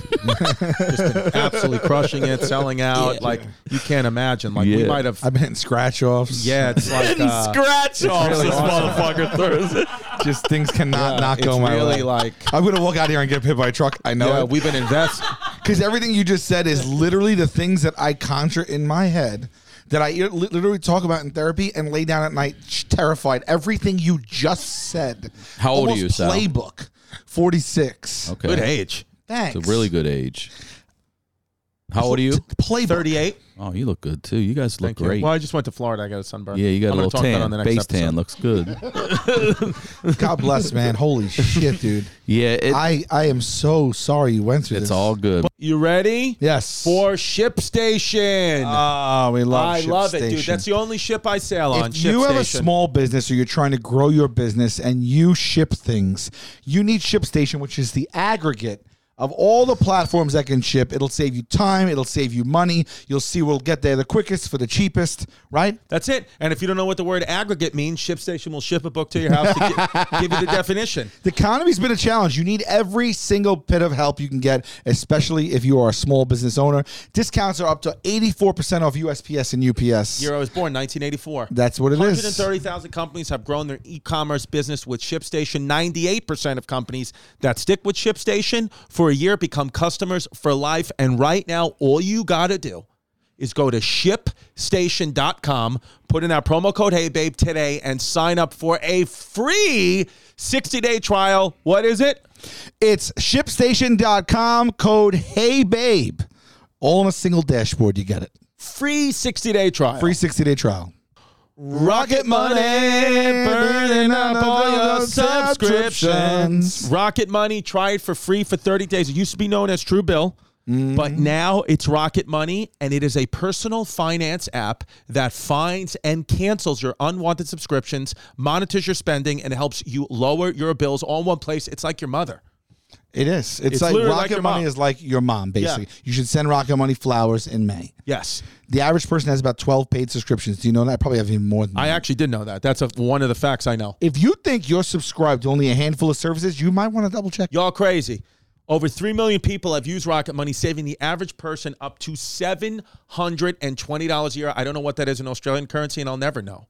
Speaker 1: Just been absolutely crushing it, selling out. Like you can't imagine. Like we
Speaker 4: Yeah.
Speaker 1: might have
Speaker 2: I've been in scratch offs.
Speaker 1: yeah, it's like uh,
Speaker 4: Scratch off
Speaker 1: really
Speaker 4: this
Speaker 1: awesome.
Speaker 4: motherfucker throws it.
Speaker 2: Just things cannot not
Speaker 1: it's
Speaker 2: go my
Speaker 1: really
Speaker 2: way.
Speaker 1: like
Speaker 2: I'm gonna walk out here and get hit by a truck. I know
Speaker 1: yeah,
Speaker 2: it.
Speaker 1: we've been invest
Speaker 2: Because everything you just said is literally the things that I conjure in my head that I li- literally talk about in therapy and lay down at night sh- terrified. Everything you just said.
Speaker 4: How old are you,
Speaker 2: Almost
Speaker 4: Sal?
Speaker 2: Playbook. 46.
Speaker 4: Okay,
Speaker 1: good age.
Speaker 2: Thanks.
Speaker 4: it's a really good age. How old are you?
Speaker 2: Playbook.
Speaker 1: Thirty eight.
Speaker 4: Oh, you look good too. You guys look
Speaker 1: Thank
Speaker 4: great.
Speaker 1: you. Well, I just went to Florida. I got a sunburn.
Speaker 4: Yeah, you got
Speaker 1: I'm
Speaker 4: a
Speaker 1: gonna
Speaker 4: little
Speaker 1: talk about it
Speaker 4: tan.
Speaker 1: on the next
Speaker 4: Base
Speaker 1: episode.
Speaker 4: tan looks good.
Speaker 2: God bless, man. Holy shit, dude.
Speaker 4: Yeah, it,
Speaker 2: I, I am so sorry you went through this.
Speaker 4: it's all good.
Speaker 1: You ready?
Speaker 2: Yes.
Speaker 1: For ship station.
Speaker 2: Oh, we love
Speaker 1: I
Speaker 2: Ship
Speaker 1: love it, dude.
Speaker 2: Station.
Speaker 1: That's the only ship I sail on.
Speaker 2: If
Speaker 1: ship
Speaker 2: you have a
Speaker 1: station.
Speaker 2: small business or you're trying to grow your business and you ship things, you need ShipStation, which is the aggregate of all the platforms that can ship. It'll save you time, it'll save you money. You'll see what'll get there the quickest for the cheapest, right?
Speaker 1: That's it. And if you don't know what the word aggregate means, ShipStation will ship a book to your house to gi- give you the definition.
Speaker 2: The economy's been a challenge. You need every single bit of help you can get, especially if you are a small business owner. Discounts are up to 84% off USPS and UPS.
Speaker 1: Year I was born, 1984.
Speaker 2: That's what it is.
Speaker 1: 130,000 companies have grown their e-commerce business with ShipStation. 98% of companies that stick with ShipStation for a year become customers for life. And right now, all you got to do is go to shipstation.com, put in our promo code Hey Babe today, and sign up for a free 60-day trial. What is it?
Speaker 2: It's shipstation.com code hey babe. All in a single dashboard, you get it.
Speaker 1: Free 60-day trial.
Speaker 2: Free 60 day trial.
Speaker 1: Rocket Money burning up all your subscriptions. Rocket Money, try it for free for 30 days. It used to be known as True Bill. But now it's Rocket Money, and it is a personal finance app that finds and cancels your unwanted subscriptions, monitors your spending, and helps you lower your bills all in one place. It's like your mother.
Speaker 2: It is. It's,
Speaker 1: It's
Speaker 2: like
Speaker 1: literally
Speaker 2: Rocket
Speaker 1: like your
Speaker 2: Money
Speaker 1: mom.
Speaker 2: is like your mom, basically. You should send Rocket Money flowers in May.
Speaker 1: Yes.
Speaker 2: The average person has about 12 paid subscriptions. Do you know that? I probably have even more than that.
Speaker 1: I actually did know that. That's a, one of the facts I know.
Speaker 2: if you think you're subscribed to only a handful of services, you might want to double check.
Speaker 1: Y'all crazy. Over 3 million people have used Rocket Money, saving the average person up to $720 a year. I don't know what that is in Australian currency, and I'll never know.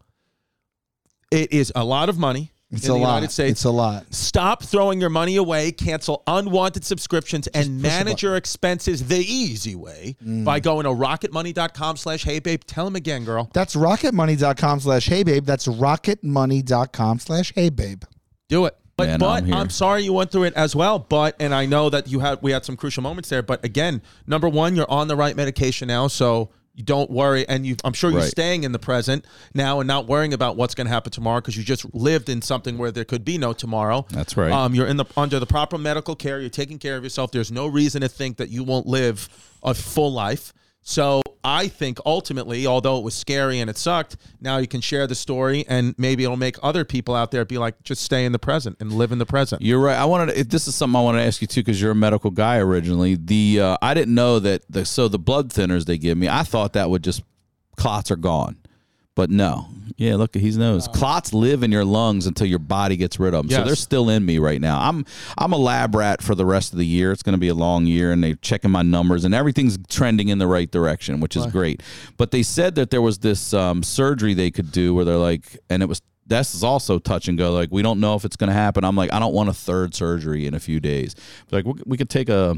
Speaker 1: It is a lot of money
Speaker 2: It's
Speaker 1: in
Speaker 2: a
Speaker 1: the
Speaker 2: lot.
Speaker 1: United States.
Speaker 2: It's a lot.
Speaker 1: Stop throwing your money away, cancel unwanted subscriptions, and manage your expenses the easy way
Speaker 2: Mm.
Speaker 1: by going to rocketmoney.com slash hey babe. Tell them again, girl.
Speaker 2: That's rocketmoney.com slash hey babe. That's rocketmoney.com slash hey babe.
Speaker 1: Do it. But
Speaker 4: Man,
Speaker 1: but
Speaker 4: I'm
Speaker 1: I'm,
Speaker 4: here.
Speaker 1: sorry you went through it as well. But and I know that you had we had some crucial moments there. But again, number one, you're on the right medication now, so you don't worry. And you, I'm sure you're
Speaker 4: Right.
Speaker 1: staying in the present now and not worrying about what's going to happen tomorrow because you just lived in something where there could be no tomorrow.
Speaker 4: That's right.
Speaker 1: Um, you're in the under the proper medical care. You're taking care of yourself. There's no reason to think that you won't live a full life. So I think ultimately, although it was scary and it sucked, now you can share the story and maybe it'll make other people out there be like, just stay in the present and live in the present.
Speaker 4: You're right. I wanted. To, this is something I wanted to ask you too, because you're a medical guy originally. The uh, I didn't know that. The, so the blood thinners they give me, I thought that would just clots are gone, but no. Yeah, look, he knows clots live in your lungs until your body gets rid of them. So
Speaker 1: Yes.
Speaker 4: they're still in me right now. I'm I'm a lab rat for the rest of the year. It's going to be a long year, and they're checking my numbers, and everything's trending in the right direction, which is great. But they said that there was this um, surgery they could do where they're like, and it was this is also touch and go. Like, we don't know if it's going to happen. I'm like, I don't want a third surgery in a few days. But like, we, we could take a,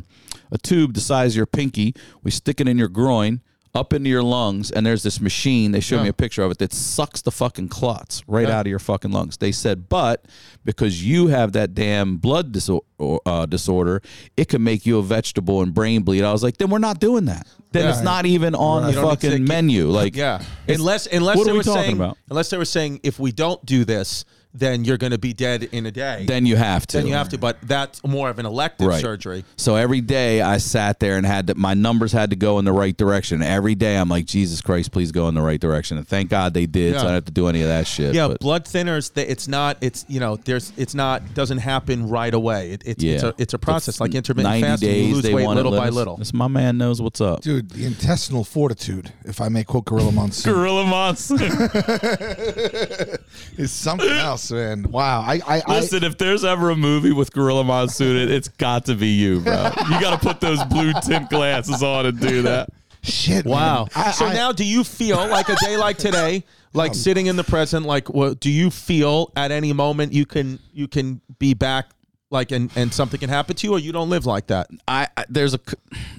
Speaker 4: a tube the size of your pinky, we stick it in your groin, up into your lungs, and there's this machine. They showed me a picture of it that sucks the fucking clots right out of your fucking lungs. They said, but because you have that damn blood disor- or, uh, disorder, it can make you a vegetable and brain bleed. I was like, then we're not doing that. Then it's
Speaker 2: Right.
Speaker 4: not even on the
Speaker 1: don't need to
Speaker 4: fucking
Speaker 1: get-
Speaker 4: menu. Like,
Speaker 1: Yeah. Unless unless
Speaker 4: What
Speaker 1: they
Speaker 4: are we
Speaker 1: were
Speaker 4: talking
Speaker 1: saying
Speaker 4: about?
Speaker 1: unless they were saying if we don't do this, then you're gonna be dead in a day.
Speaker 4: then you have to.
Speaker 1: Then you have to, but that's more of an elective surgery.
Speaker 4: So every day I sat there and had to, my numbers had to go in the right direction. Every day I'm like, Jesus Christ, please go in the right direction. And thank God they did. So I
Speaker 1: Yeah.
Speaker 4: don't have to do any of that shit.
Speaker 1: Yeah,
Speaker 4: but-
Speaker 1: blood thinners. th- It's not. It's you know. There's. It's not. Doesn't happen right away. It, it's. It's
Speaker 4: Yeah.
Speaker 1: a. It's a process like intermittent
Speaker 4: 90
Speaker 1: fasting.
Speaker 4: days
Speaker 1: you lose
Speaker 4: they
Speaker 1: weight
Speaker 4: want
Speaker 1: little
Speaker 4: it
Speaker 1: by
Speaker 4: This-
Speaker 1: little.
Speaker 4: This my man knows what's up.
Speaker 2: Dude, the intestinal fortitude, if I may quote Gorilla Monsoon,
Speaker 4: Gorilla monster.
Speaker 2: is something else, man. Wow. I, I, I,
Speaker 4: Listen, if there's ever a movie with Gorilla Monsoon, it, it's got to be you, bro. You got to put those blue tint glasses on and do that.
Speaker 2: shit. man.
Speaker 1: Wow.
Speaker 2: I- Um,
Speaker 1: so
Speaker 2: I-
Speaker 1: now, do you feel like a day like today, like sitting in the present, like what? Do you feel at any moment you can you can be back, like and and something can happen to you, or you don't live like that?
Speaker 4: I, I there's a, c-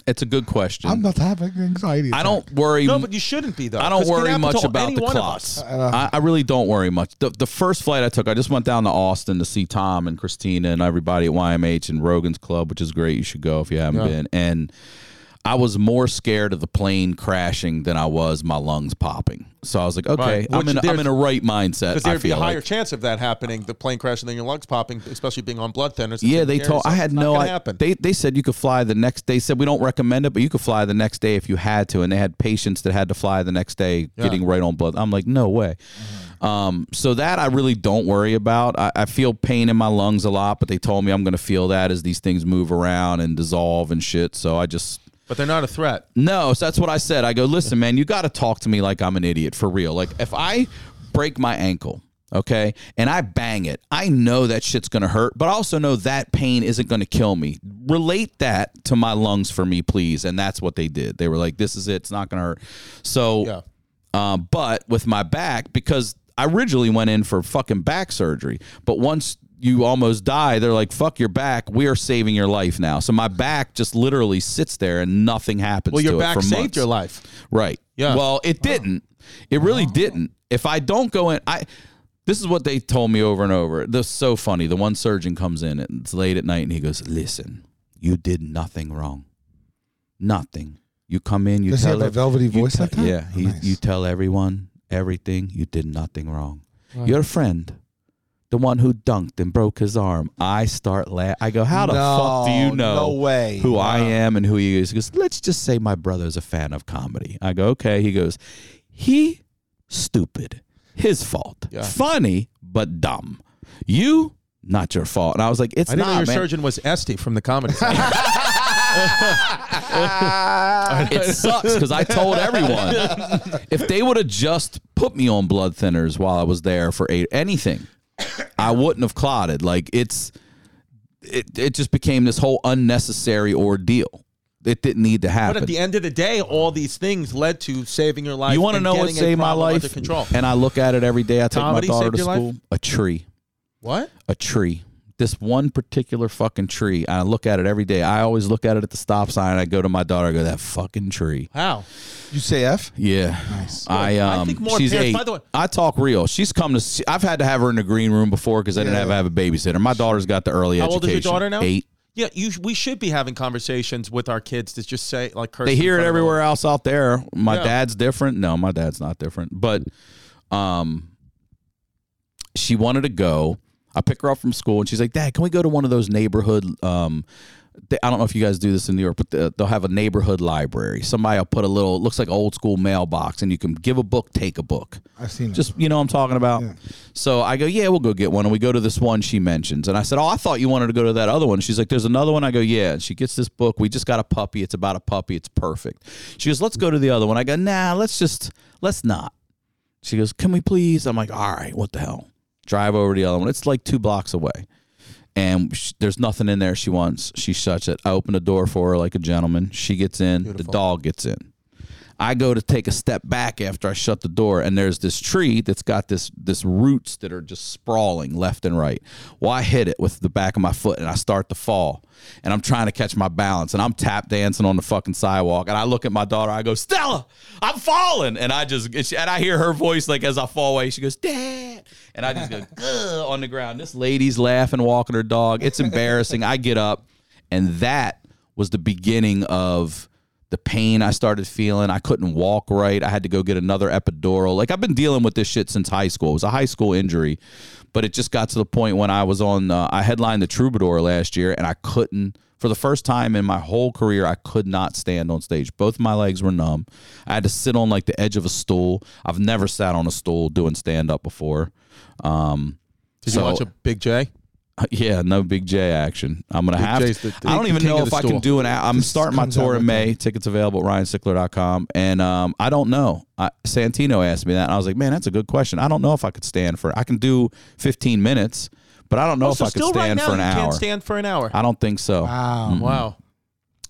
Speaker 4: it's a good question.
Speaker 2: I'm not having anxiety.
Speaker 4: I don't worry.
Speaker 1: No, but you shouldn't be though.
Speaker 4: Mm. I don't
Speaker 1: 'cause it can
Speaker 4: worry
Speaker 1: happen
Speaker 4: much
Speaker 1: to
Speaker 4: about
Speaker 1: any
Speaker 4: the
Speaker 1: one of
Speaker 4: clocks.
Speaker 1: us. Uh,
Speaker 4: I, I really don't worry much. The, the first flight I took, I just went down to Austin to see Tom and Christina and everybody at YMH and Rogan's Club, which is great. You should go if you haven't been. And I was more scared of the plane crashing than I was my lungs popping. So I was like, okay,
Speaker 1: Right.
Speaker 4: I'm,
Speaker 1: Which
Speaker 4: in, I'm
Speaker 1: there's-
Speaker 4: in a right mindset.
Speaker 1: Because
Speaker 4: I
Speaker 1: there'd be a
Speaker 4: feel
Speaker 1: higher
Speaker 4: like.
Speaker 1: chance of that happening, the plane crashing, than your lungs popping, especially being on blood thinners. and taking
Speaker 4: Yeah, they
Speaker 1: care of
Speaker 4: told.
Speaker 1: yourself.
Speaker 4: I had
Speaker 1: It's not
Speaker 4: no.
Speaker 1: gonna
Speaker 4: I,
Speaker 1: happen.
Speaker 4: they they said you could fly the next. They said we don't recommend it, but you could fly the next day if you had to. And they had patients that had to fly the next day, getting right on blood. I'm like, no way.
Speaker 1: Mm-hmm.
Speaker 4: Um, so that I really don't worry about. I, I feel pain in my lungs a lot, but they told me I'm going to feel that as these things move around and dissolve and shit. So I just
Speaker 1: but they're not a threat.
Speaker 4: no, so that's what I said. I go, listen, man, you got to talk to me like I'm an idiot for real. Like if I break my ankle, okay, and I bang it, I know that shit's gonna hurt, but I also know that pain isn't gonna kill me. Relate that to my lungs for me, please. And that's what they did. They were like, this is it. It's not gonna hurt. So
Speaker 1: Yeah.
Speaker 4: um, but with my back, because I originally went in for fucking back surgery, but once you almost die, they're like, fuck your back. We are saving your life now. So my back just literally sits there and nothing happens
Speaker 1: Well,
Speaker 4: to
Speaker 1: your
Speaker 4: it
Speaker 1: back
Speaker 4: for
Speaker 1: saved
Speaker 4: months.
Speaker 1: your life.
Speaker 4: Right.
Speaker 1: Yeah.
Speaker 4: Well, it didn't. It really didn't. If I don't go in, I. This is what they told me over and over. This is so funny. The one surgeon comes in and it's late at night and he goes, "Listen, you did nothing wrong. Nothing. You come in. You
Speaker 2: Does he
Speaker 4: tell
Speaker 2: have a
Speaker 4: ev-
Speaker 2: velvety
Speaker 4: you
Speaker 2: voice
Speaker 4: tell-
Speaker 2: like that?
Speaker 4: Yeah.
Speaker 2: Oh,
Speaker 4: He,
Speaker 2: nice.
Speaker 4: You tell everyone everything. You did nothing wrong. Your friend, the one who dunked and broke his arm. I start laugh. I go, how the fuck do you
Speaker 2: No,
Speaker 4: know
Speaker 2: no way.
Speaker 4: who I am and who he is? He goes, let's just say my brother's a fan of comedy. I go, okay. He goes, he stupid. His fault. Funny, but dumb. You, not your fault. And I was like, it's
Speaker 1: I didn't know
Speaker 4: not,
Speaker 1: your
Speaker 4: man.
Speaker 1: surgeon was Esty from the comedy. Zone.
Speaker 4: it sucks because I told everyone if they would have just put me on blood thinners while I was there for eight, anything, I wouldn't have clotted. Like it's, it, it just became this whole unnecessary ordeal. It didn't need to
Speaker 1: but
Speaker 4: happen.
Speaker 1: at the end of the day, all these things led to saving your life.
Speaker 4: you want to
Speaker 1: and
Speaker 4: know what
Speaker 1: getting a
Speaker 4: saved my
Speaker 1: problem
Speaker 4: life?
Speaker 1: Under control.
Speaker 4: And I look at it every day. I take
Speaker 1: Comedy
Speaker 4: my daughter
Speaker 1: saved
Speaker 4: to
Speaker 1: your life?
Speaker 4: school. A tree.
Speaker 1: What?
Speaker 4: a tree. This one particular fucking tree. I look at it every day. I always look at it at the stop sign. I go to my daughter. I go that fucking tree.
Speaker 1: How?
Speaker 2: You say F?
Speaker 4: Yeah, nice. I um.
Speaker 1: I think more
Speaker 4: she's
Speaker 1: parents-
Speaker 4: eight.
Speaker 1: by the way-
Speaker 4: I talk real. She's come to. See, I've had to have her in the green room before because I didn't have, have a babysitter. My daughter's got the early
Speaker 1: How
Speaker 4: education.
Speaker 1: old is your daughter now?
Speaker 4: Eight.
Speaker 1: Yeah, you. sh- We should be having conversations with our kids to just say like curse.
Speaker 4: They
Speaker 1: in
Speaker 4: hear it
Speaker 1: front of them.
Speaker 4: everywhere else out there. My
Speaker 1: Yeah.
Speaker 4: dad's different. No, my dad's not different. But um she wanted to go. I pick her up from school and she's like, "Dad, can we go to one of those neighborhood um they, I don't know if you guys do this in New York, but the, they'll have a neighborhood library. Somebody will put a little, it looks like old school mailbox, and you can give a book, take a book.
Speaker 2: I've seen it.
Speaker 4: Just you know what I'm talking about. So I go, yeah, we'll go get one, and we go to this one she mentions, and I said, oh, I thought you wanted to go to that other one. She's like, there's another one. I go, yeah. And she gets this book. We just got a puppy. It's about a puppy. It's perfect. She goes, let's go to the other one. I go, nah, let's just let's not. She goes, can we please? I'm like, all right, what the hell? Drive over to the other one. It's like two blocks away. And sh there's nothing in there she wants. She shuts it. I open the door for her like a gentleman. She gets in. The dog gets in. I go to take a step back after I shut the door, and there's this tree that's got this this roots that are just sprawling left and right. Well, I hit it with the back of my foot, and I start to fall, and I'm trying to catch my balance, and I'm tap dancing on the fucking sidewalk, and I look at my daughter, I go, Stella, I'm falling, and I just and, she- and I hear her voice like as I fall away, she goes, Dad, and I just go "Ugh," on the ground. This lady's laughing, walking her dog. It's embarrassing. I get up, and that was the beginning of the pain I started feeling. I couldn't walk right. I had to go get another epidural. Like I've been dealing with this shit since high school. It was a high school injury, but it just got to the point when I was on. Uh, I headlined the Troubadour last year, and I couldn't. For the first time in my whole career, I could not stand on stage. Both my legs were numb. I had to sit on like the edge of a stool. I've never sat on a stool doing stand up before. Um,
Speaker 1: Did
Speaker 4: so-
Speaker 1: you watch a Big J?
Speaker 4: yeah, no Big J action. I'm gonna have.
Speaker 1: J's
Speaker 4: to,
Speaker 1: the- the
Speaker 4: I don't even
Speaker 1: king
Speaker 4: know
Speaker 1: of
Speaker 4: if
Speaker 1: the
Speaker 4: I can
Speaker 1: stool.
Speaker 4: do an. a- I'm starting my
Speaker 2: comes out
Speaker 4: tour
Speaker 2: like
Speaker 4: in May. Tickets available at ryansickler.com. And um, I don't know. I, Santino asked me that, and I was like, "Man, that's a good question. I don't know if I could stand for. I can do 15 minutes, but I don't know Oh, if
Speaker 1: Oh, so
Speaker 4: I could
Speaker 1: still right
Speaker 4: stand
Speaker 1: now
Speaker 4: for an
Speaker 1: you
Speaker 4: hour. Uh, mm-hmm.
Speaker 1: can't stand for an hour.
Speaker 4: I don't think so.
Speaker 2: Wow.
Speaker 1: Wow.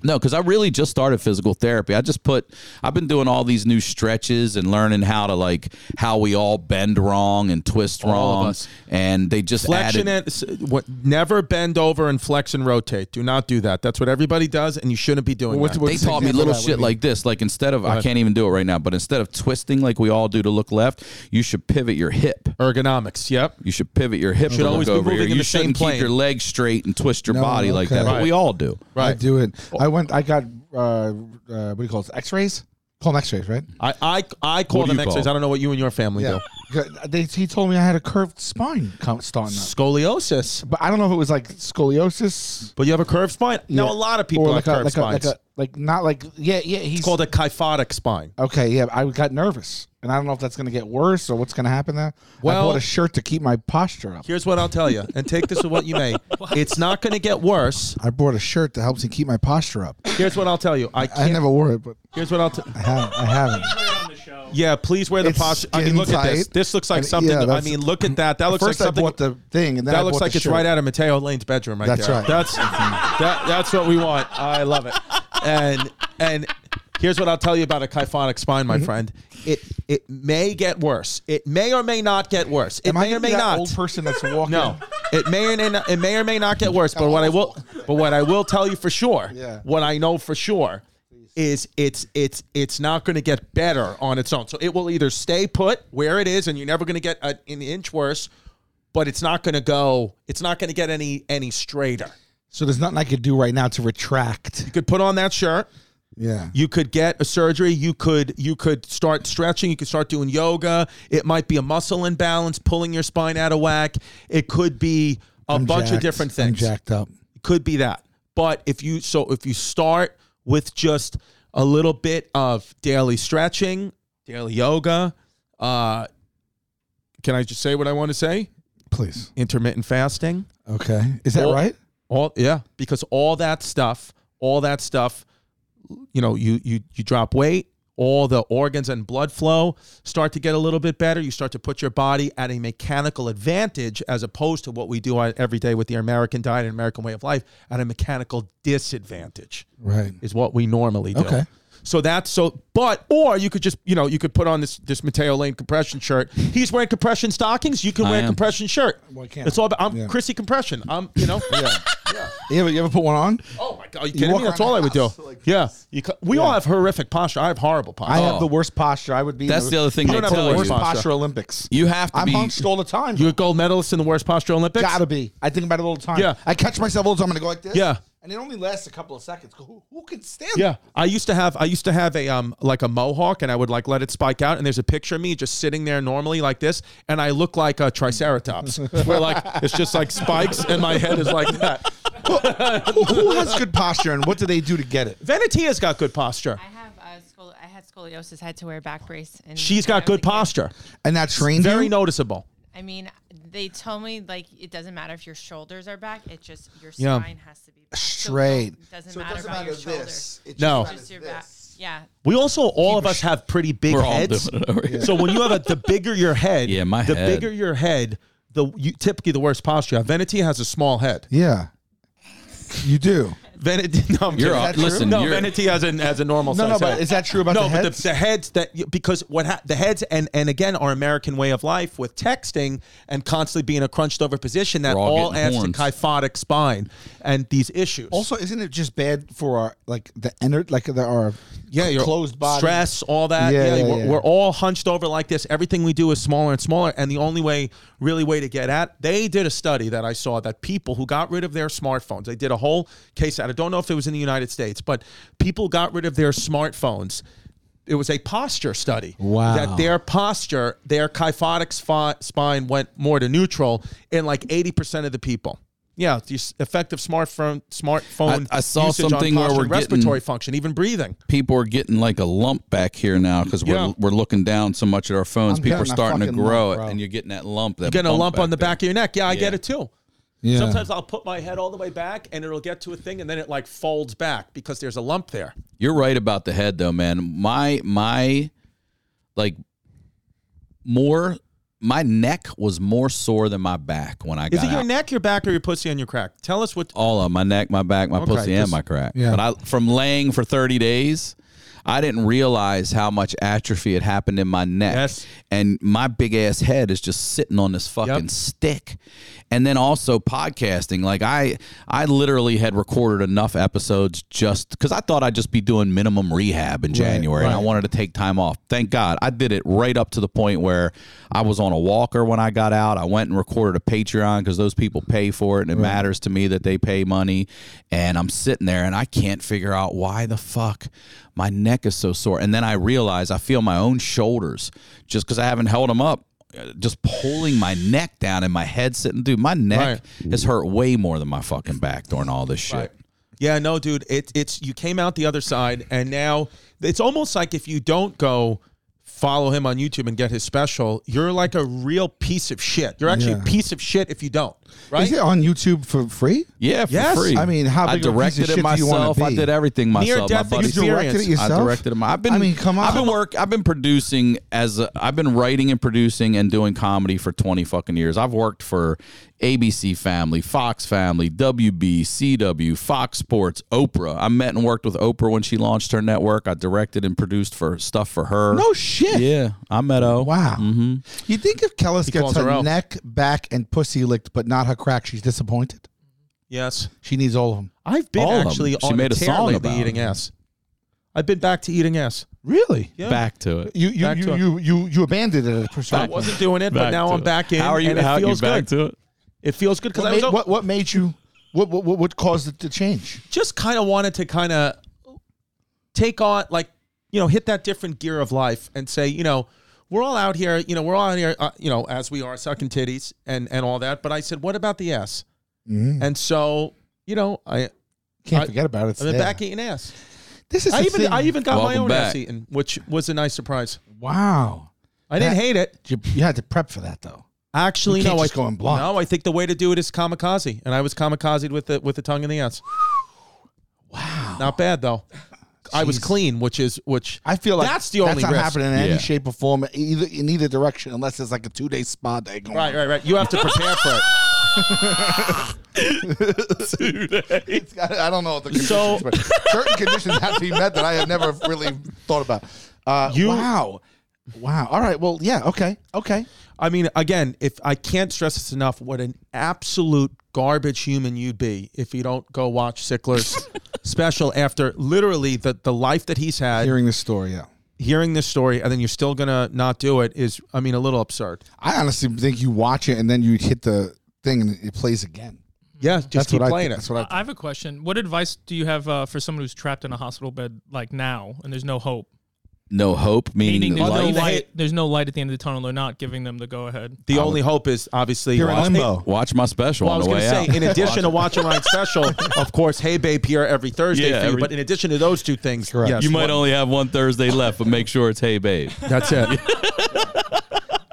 Speaker 4: No, because I really just started physical therapy. I just put, I've been doing all these new stretches and learning how to like how we all bend wrong and twist
Speaker 1: All of
Speaker 4: wrong,
Speaker 1: us.
Speaker 4: and they just
Speaker 1: Flexion
Speaker 4: added.
Speaker 1: and s- what? Never bend over and flex and rotate. Do not do that. That's what everybody does, and you shouldn't be doing
Speaker 2: Well,
Speaker 1: that.
Speaker 2: what's
Speaker 4: they
Speaker 2: an
Speaker 4: taught me
Speaker 2: example
Speaker 4: little
Speaker 2: of that would
Speaker 4: shit
Speaker 2: be?
Speaker 4: like this. Like instead of I can't even do it right now, but instead of twisting like we all do to look left, you should pivot your hip.
Speaker 1: Ergonomics. Yep.
Speaker 4: You should pivot your hip to
Speaker 1: always
Speaker 4: look
Speaker 1: be
Speaker 4: over
Speaker 1: moving in
Speaker 4: here. You
Speaker 1: the same
Speaker 4: shouldn't keep
Speaker 1: plane.
Speaker 4: your legs straight and twist your
Speaker 2: No,
Speaker 4: body like
Speaker 2: okay.
Speaker 4: that. But
Speaker 1: Right.
Speaker 4: we all do.
Speaker 2: I
Speaker 1: Right.
Speaker 2: do it. I went. I got. Uh, uh, what do you call it? X rays. Call them X rays, right?
Speaker 1: I I, I call
Speaker 4: What do
Speaker 1: them
Speaker 4: you call
Speaker 1: X-rays.
Speaker 4: it?
Speaker 1: I don't know what you and your family do.
Speaker 2: They, he told me I had a curved spine come, starting up,
Speaker 1: Scoliosis.
Speaker 2: but I don't know if it was like scoliosis.
Speaker 1: But you have a curved spine. No, a
Speaker 2: Yeah.
Speaker 1: lot of people
Speaker 2: Or
Speaker 1: have curved
Speaker 2: like
Speaker 1: spines.
Speaker 2: like a like not like yeah yeah he's
Speaker 1: it's called a kyphotic spine.
Speaker 2: okay yeah I got nervous and I don't know if that's gonna get worse or what's gonna happen there. I
Speaker 1: Well-
Speaker 2: bought a shirt to keep my posture up.
Speaker 1: Here's what I'll tell you, and take this with what you may. It's not going to get worse.
Speaker 2: I bought a shirt that helps me keep my posture up.
Speaker 1: Here's what I'll tell you. I
Speaker 2: I
Speaker 1: can't.
Speaker 2: never wore it, but
Speaker 1: here's what I'll. T-
Speaker 2: I have I haven't.
Speaker 1: yeah, please wear the
Speaker 2: It's
Speaker 1: posture. I mean, look at this.
Speaker 2: skin-tight.
Speaker 1: This looks like
Speaker 2: And,
Speaker 1: something.
Speaker 2: yeah,
Speaker 1: I
Speaker 2: that's-
Speaker 1: mean, look at that. That looks
Speaker 2: First
Speaker 1: like
Speaker 2: I
Speaker 1: something.
Speaker 2: bought the thing and then I
Speaker 1: that looks
Speaker 2: bought the
Speaker 1: like it's
Speaker 2: shirt.
Speaker 1: right out of Mateo Lane's bedroom, right
Speaker 2: That's
Speaker 1: there.
Speaker 2: right.
Speaker 1: That's that, That's what we want. I love it. And and here's what I'll tell you about a kyphonic spine,
Speaker 2: Mm-hmm.
Speaker 1: my friend. It it may get worse. It may or may not get worse. It
Speaker 2: Am I
Speaker 1: may
Speaker 2: gonna
Speaker 1: or
Speaker 2: be
Speaker 1: may
Speaker 2: that
Speaker 1: not.
Speaker 2: old person that's walking?
Speaker 1: No, it may or may not, it may or may not get worse. But what I will, but what I will tell you for sure,
Speaker 2: Yeah.
Speaker 1: what I know for sure, is it's it's it's not going to get better on its own. So it will either stay put where it is, and you're never going to get a, an inch worse, but it's not going to go. It's not going to get any any straighter.
Speaker 2: So there's nothing I could do right now to retract.
Speaker 1: You could put on that shirt.
Speaker 2: Yeah.
Speaker 1: You could get a surgery. You could you could start stretching. You could start doing yoga. It might be a muscle imbalance, pulling your spine out of whack. It could be a bunch of
Speaker 2: Jacked.
Speaker 1: different
Speaker 2: I'm
Speaker 1: things.
Speaker 2: jacked up.
Speaker 1: could be that. But if you so if you start with just a little bit of daily stretching, daily yoga, uh can I just say what I want to say?
Speaker 2: Please.
Speaker 1: Intermittent fasting.
Speaker 2: Okay. Is that
Speaker 1: Well-
Speaker 2: right?
Speaker 1: All yeah, because all that stuff, all that stuff, you know, you you you drop weight, all the organs and blood flow start to get a little bit better. You start to put your body at a mechanical advantage as opposed to what we do on- every day with the American diet and American way of life at a mechanical disadvantage
Speaker 2: Right.
Speaker 1: is what we normally do.
Speaker 2: Okay.
Speaker 1: So that's so, but or you could just you know you could put on this this Mateo Lane compression shirt. He's wearing compression stockings. You can
Speaker 4: I
Speaker 1: wear a
Speaker 4: am.
Speaker 1: compression shirt.
Speaker 2: Why can't
Speaker 1: It's all about I'm
Speaker 2: Yeah.
Speaker 1: Chrissy compression. I'm you know.
Speaker 2: You ever, you ever put one on?
Speaker 1: Oh my god! Are you kidding
Speaker 2: walk
Speaker 1: me? That's
Speaker 2: around
Speaker 1: all I
Speaker 2: the
Speaker 1: would do.
Speaker 2: house like
Speaker 1: yeah, you, cu- we all have horrific posture. I have horrible
Speaker 2: I
Speaker 1: posture. Oh.
Speaker 2: have the worst posture. I would be. in
Speaker 4: That's the other thing
Speaker 2: I
Speaker 4: they
Speaker 2: don't have
Speaker 1: tell
Speaker 2: the worst
Speaker 1: you.
Speaker 2: posture, Olympics.
Speaker 4: You have to
Speaker 2: I'm
Speaker 4: be.
Speaker 2: hunched all the time.
Speaker 1: You're a gold medalist in the worst posture Olympics.
Speaker 2: gotta be. I think about it all the time.
Speaker 1: Yeah.
Speaker 2: I catch myself all the time. I'm gonna go like this.
Speaker 1: Yeah.
Speaker 2: And it only lasts a couple of seconds. Who, who can stand?
Speaker 1: Yeah, I used to have I used to have a um like a mohawk, and I would like let it spike out. And there's a picture of me just sitting there normally like this, and I look like a triceratops, where like it's just like spikes, and my head is like that.
Speaker 2: that? who, who has good posture and what do they do to get it?
Speaker 1: Venetia's got good posture.
Speaker 5: I have uh, scol- I had scoliosis. I had to wear a back brace. And
Speaker 1: She's got good posture,
Speaker 2: And that trained
Speaker 1: very
Speaker 2: you?
Speaker 1: noticeable.
Speaker 5: I mean, they told me like it doesn't matter if your shoulders are back. It just your
Speaker 1: Yeah.
Speaker 5: spine has to be back. So
Speaker 2: Straight.
Speaker 5: it doesn't matter about your shoulders.
Speaker 2: It
Speaker 1: No.
Speaker 5: It's Just your back. Yeah.
Speaker 1: We also all of us have pretty big
Speaker 4: We're all
Speaker 1: heads.
Speaker 4: doing it over here.
Speaker 1: So when you have a, the bigger your head,
Speaker 4: Yeah, my
Speaker 1: the
Speaker 4: head.
Speaker 1: bigger your head, the you, typically the worst posture. Veneti has a small head.
Speaker 2: Yeah. You do.
Speaker 1: Veneti, no, I'm
Speaker 4: You're
Speaker 1: kidding.
Speaker 2: Is
Speaker 4: all-
Speaker 2: that true?
Speaker 4: listen.
Speaker 1: no,
Speaker 4: you're,
Speaker 1: Veneti has an has a normal.
Speaker 2: No,
Speaker 1: size
Speaker 2: no, but
Speaker 1: head.
Speaker 2: is that true about
Speaker 1: no,
Speaker 2: the
Speaker 1: but
Speaker 2: heads?
Speaker 1: the, the heads that you- because what ha- the heads and and again our American way of life with texting and constantly being in a crunched over position that
Speaker 4: We're all
Speaker 1: all
Speaker 4: getting
Speaker 1: adds
Speaker 4: horns.
Speaker 1: to kyphotic spine and these issues.
Speaker 2: Also, isn't it just bad for our like the ener like the, our
Speaker 1: yeah, your
Speaker 2: closed body
Speaker 1: stress, all that. Yeah,
Speaker 2: Yeah, yeah,
Speaker 1: we're,
Speaker 2: yeah.
Speaker 1: we're all hunched over like this. Everything we do is smaller and smaller. And the only way, really, way to get at they did a study that I saw that people who got rid of their smartphones, they did a whole case. out. I don't know if it was in the United States, but people got rid of their smartphones. It was a posture study.
Speaker 2: Wow.
Speaker 1: That their posture, their kyphotic spi- spine went more to neutral in like 80% of the people. Yeah, the s- effective smartphone smartphone
Speaker 4: I- I saw
Speaker 1: usage on
Speaker 4: something where
Speaker 1: posture
Speaker 4: we're
Speaker 1: and
Speaker 4: getting-
Speaker 1: respiratory function, even breathing.
Speaker 4: people are getting like a lump back here now because we're
Speaker 1: Yeah.
Speaker 4: we're looking down so much at our phones.
Speaker 2: I'm
Speaker 4: people are
Speaker 2: getting a
Speaker 4: starting to
Speaker 2: fucking
Speaker 4: grow
Speaker 2: lump,
Speaker 4: it,
Speaker 2: bro.
Speaker 4: and you're getting that lump. That
Speaker 1: getting a
Speaker 4: bump
Speaker 1: lump on the
Speaker 4: there.
Speaker 1: back of your neck. Yeah, I get
Speaker 4: Yeah.
Speaker 1: it too.
Speaker 2: Yeah.
Speaker 1: Sometimes I'll put my head all the way back and it'll get to a thing and then it like folds back because there's a lump there.
Speaker 4: You're right about the head though, man. My my like more my neck was more sore than my back when I got
Speaker 1: Is it your
Speaker 4: out.
Speaker 1: neck, your back, or your pussy and your crack? Tell us what.
Speaker 4: All of my neck, my back, my pussy, and
Speaker 1: just-
Speaker 4: my crack.
Speaker 2: Yeah.
Speaker 4: But I from laying for 30 days, I didn't realize how much atrophy had happened in my neck.
Speaker 1: Yes.
Speaker 4: And my big ass head is just sitting on this fucking
Speaker 1: Yep.
Speaker 4: stick. And then also podcasting. Like I I literally had recorded enough episodes just because I thought I'd just be doing minimum rehab in January and I
Speaker 2: right.
Speaker 4: wanted to take time off. Thank God. I did it right up to the point where I was on a walker when I got out. I went and recorded a Patreon because those people pay for it and it matters to me that they pay money. And I'm sitting there and I can't figure out why the fuck my neck is so sore. And then I realize I feel my own shoulders just because I haven't held them up. uh, Just pulling my neck down and my head sitting, dude. My neck has hurt way more than my fucking back during all this shit.
Speaker 1: Yeah, no, dude. It, it's you came out the other side and now it's almost like if you don't go follow him on YouTube and get his special, you're like a real piece of shit. You're actually
Speaker 2: Yeah.
Speaker 1: a piece of shit if you don't. Right?
Speaker 2: Is it on YouTube for free?
Speaker 4: Yeah, for
Speaker 1: Yes.
Speaker 4: free.
Speaker 2: I mean, how
Speaker 4: I
Speaker 2: big of a piece of
Speaker 4: directed it
Speaker 2: shit do you wanna
Speaker 4: myself. I
Speaker 2: be?
Speaker 4: did everything
Speaker 1: Near
Speaker 4: myself. My
Speaker 1: death
Speaker 4: buddy
Speaker 2: You directed it
Speaker 1: experience.
Speaker 2: yourself.
Speaker 4: I directed him. I've been.
Speaker 2: I mean, come on.
Speaker 4: I've been work. I've been producing as a, I've been writing and producing and doing comedy for twenty fucking years. I've worked for ABC Family, Fox Family, WB, CW, Fox Sports, Oprah. I met and worked with Oprah when she launched her network. I directed and produced for stuff for her.
Speaker 2: No shit.
Speaker 4: yeah, I met O.
Speaker 2: Wow. Mm-hmm. You think if Kellis gets
Speaker 1: calls
Speaker 2: her,
Speaker 1: her out.
Speaker 2: neck, back, and pussy licked, but not her crack, she's disappointed.
Speaker 1: yes.
Speaker 2: She needs all of them.
Speaker 1: I've been
Speaker 4: All of them.
Speaker 1: actually
Speaker 4: She
Speaker 1: on
Speaker 4: made a
Speaker 1: tear
Speaker 4: song
Speaker 1: lately
Speaker 4: about it.
Speaker 1: eating ass. I've been back to eating ass.
Speaker 2: Really?
Speaker 1: Yeah.
Speaker 4: Back to it.
Speaker 2: You you
Speaker 1: Back
Speaker 2: you,
Speaker 1: to-
Speaker 2: you you you abandoned it at a
Speaker 1: I
Speaker 2: percent. What,
Speaker 1: wasn't doing it, but
Speaker 4: Back
Speaker 1: now
Speaker 4: to
Speaker 1: I'm
Speaker 4: it.
Speaker 1: back in.
Speaker 4: How are you?
Speaker 1: And it
Speaker 4: how are you
Speaker 1: feels
Speaker 4: back
Speaker 1: good.
Speaker 4: to it?
Speaker 1: It feels good because I was
Speaker 2: made- what what made you? What what what- what caused it to change?
Speaker 1: just kind of wanted to kind of take on like you know hit that different gear of life and say you know we're all out here you know we're all out here uh, you know as we are sucking titties and and all that but i said what about the ass
Speaker 2: Mm-hmm.
Speaker 1: and so you know i
Speaker 2: Can't
Speaker 1: I-
Speaker 2: forget about
Speaker 1: i've
Speaker 2: it.
Speaker 1: been
Speaker 2: Yeah.
Speaker 1: back eating ass
Speaker 2: This is
Speaker 1: i
Speaker 2: the
Speaker 1: even
Speaker 2: thing.
Speaker 1: i even got my
Speaker 4: Welcome
Speaker 1: own ass
Speaker 4: back.
Speaker 1: eaten which was a nice surprise
Speaker 2: wow.
Speaker 1: i didn't
Speaker 2: That-
Speaker 1: hate it
Speaker 2: You, you had to prep for that though.
Speaker 1: Actually,
Speaker 2: You can't
Speaker 1: no.
Speaker 2: just
Speaker 1: I,
Speaker 2: go in blind.
Speaker 1: No, I think the way to do it is kamikaze, and I was kamikaze with the with the tongue in the ass. Wow, not bad though. I was
Speaker 2: Jeez.
Speaker 1: clean, which is which.
Speaker 2: I feel like
Speaker 1: that's the only
Speaker 2: not
Speaker 1: risk.
Speaker 2: happening in any
Speaker 4: Yeah.
Speaker 2: shape or form, either in either direction, unless it's like a two day spa day going.
Speaker 1: Right, right, right. You have to prepare for it.
Speaker 2: It's got- I don't know what the conditions,
Speaker 1: So-
Speaker 2: but certain conditions have to be met that I have never really thought about. Uh,
Speaker 1: You-
Speaker 2: wow, wow. All right. Well, yeah. Okay. Okay.
Speaker 1: I mean, again, if I can't stress this enough, what an absolute garbage human you'd be if you don't go watch Sickler's special after literally the the life that he's had.
Speaker 2: Hearing this story, yeah.
Speaker 1: hearing this story, and then you're still gonna not do it is, I mean, a little absurd.
Speaker 2: I honestly think you watch it and then you hit the thing and it plays again.
Speaker 1: Yeah, just
Speaker 2: That's
Speaker 1: keep
Speaker 2: what
Speaker 1: playing
Speaker 2: I.
Speaker 1: it.
Speaker 2: That's what I.
Speaker 6: I have a question. What advice do you have uh, for someone who's trapped in a hospital bed like now and there's no hope?
Speaker 4: No hope, meaning
Speaker 6: Meaning there's no
Speaker 4: life.
Speaker 6: light. There's no light at the end of the tunnel. They're not giving them the go ahead.
Speaker 1: The only hope is obviously
Speaker 2: You're in
Speaker 1: watching-
Speaker 2: limbo.
Speaker 4: Watch my special
Speaker 1: Well, I
Speaker 4: on
Speaker 1: was
Speaker 4: the
Speaker 1: going
Speaker 4: way
Speaker 1: to say, in
Speaker 4: out.
Speaker 1: addition to watching Ryan's special, of course, Hey Babe here every Thursday
Speaker 4: Yeah,
Speaker 1: for you.
Speaker 4: every-
Speaker 1: but in addition to those two things,
Speaker 2: Correct.
Speaker 1: yes,
Speaker 4: you might
Speaker 1: one-
Speaker 4: only have one Thursday left, but make sure it's hey babe.
Speaker 1: That's it.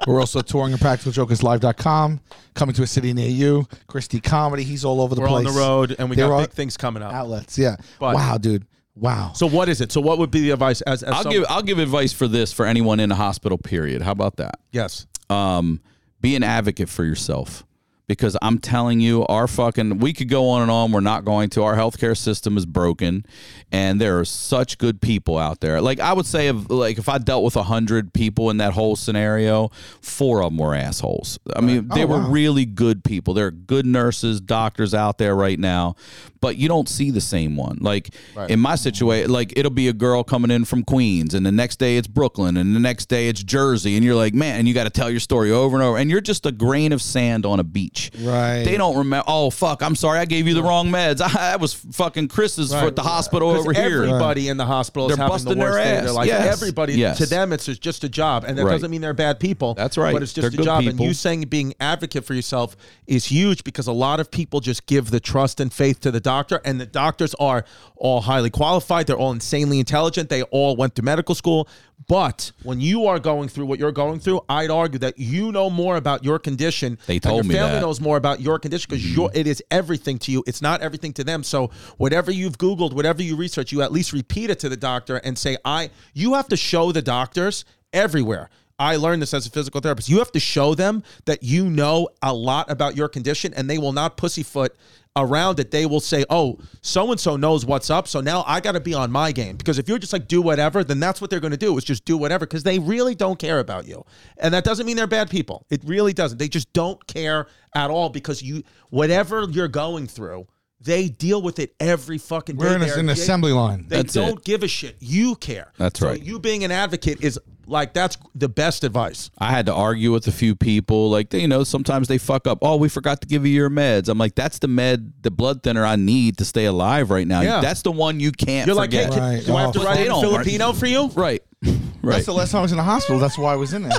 Speaker 2: We're also touring impracticaljokerslive.com, coming to a city near you. Christie Comedy. He's all over the
Speaker 1: We're on
Speaker 2: place.
Speaker 1: the road, and we
Speaker 2: There
Speaker 1: got
Speaker 2: are
Speaker 1: big things coming up.
Speaker 2: Outlets. Yeah.
Speaker 1: But-
Speaker 2: wow, dude. Wow.
Speaker 1: So what is it? So what would be the advice? As, as
Speaker 4: I'll
Speaker 1: some-
Speaker 4: give I'll give advice for this for anyone in a hospital period. How about that?
Speaker 1: yes,
Speaker 4: um, be an advocate for yourself because I'm telling you, our fucking, we could go on and on. We're not going to. Our healthcare system is broken, and there are such good people out there. Like I would say, if, like if I dealt with a hundred people in that whole scenario, four of them were assholes. I mean, they
Speaker 2: Oh,
Speaker 4: were
Speaker 2: wow.
Speaker 4: really good people. There are good nurses, doctors out there right now, but you don't see the same one. Like in my situation, like it'll be a girl coming in from Queens, and the next day it's Brooklyn, and the next day it's Jersey, and you're like, man, and you got to tell your story over and over, and you're just a grain of sand on a beach.
Speaker 2: Right.
Speaker 4: They don't remember. Oh fuck, I'm sorry, I gave you the wrong meds. I, I was fucking Chris's for at the hospital
Speaker 1: 'Cause
Speaker 4: over here.
Speaker 1: everybody in the hospital is
Speaker 4: They're
Speaker 1: having the
Speaker 4: busting their
Speaker 1: worst day of
Speaker 4: ass.
Speaker 1: their life.
Speaker 4: Yes.
Speaker 1: Everybody
Speaker 4: Yes.
Speaker 1: to them, it's just a job, and that
Speaker 4: Right.
Speaker 1: doesn't mean they're bad people.
Speaker 4: That's right.
Speaker 1: But it's just
Speaker 4: They're
Speaker 1: a
Speaker 4: good
Speaker 1: job, and
Speaker 4: people.
Speaker 1: you saying being advocate for yourself is huge because a lot of people just give the trust and faith to the doctor, and the doctors are all highly qualified. They're all insanely intelligent. They all went to medical school. But when you are going through what you're going through, I'd argue that you know more about your condition.
Speaker 4: They
Speaker 1: and
Speaker 4: told
Speaker 1: your
Speaker 4: me
Speaker 1: family
Speaker 4: that.
Speaker 1: knows knows more about your condition because your it is everything to you. It's not everything to them. So whatever you've Googled, whatever you research, you at least repeat it to the doctor and say, I you have to show the doctors everywhere. I learned this as a physical therapist. You have to show them that you know a lot about your condition and they will not pussyfoot around it. They will say, Oh, so and so knows what's up. So now I gotta be on my game. Because if you're just like do whatever, then that's what they're gonna do is just do whatever because they really don't care about you. And that doesn't mean they're bad people. It really doesn't. They just don't care at all because you whatever you're going through, they deal with it every fucking day.
Speaker 2: We're in a-
Speaker 1: They're-
Speaker 2: an
Speaker 1: they-
Speaker 2: assembly line.
Speaker 1: They
Speaker 4: That's
Speaker 1: don't
Speaker 4: it.
Speaker 1: give a shit. You care.
Speaker 4: That's
Speaker 1: So
Speaker 4: right.
Speaker 1: You being an advocate is like that's the best advice.
Speaker 4: I had to argue with a few people. Like, they, you know, sometimes they fuck up. Oh, we forgot to give you your meds. I'm like, that's the med, the blood thinner I need to stay alive right now.
Speaker 1: Yeah.
Speaker 4: That's the one you can't
Speaker 1: You're
Speaker 4: forget.
Speaker 1: like, hey, can, do
Speaker 2: Right.
Speaker 1: I have to
Speaker 2: Oh,
Speaker 1: write
Speaker 4: they
Speaker 1: in
Speaker 4: don't-
Speaker 1: Filipino for you?
Speaker 4: right. Right.
Speaker 2: That's the last time I was in the hospital. That's why I was in there.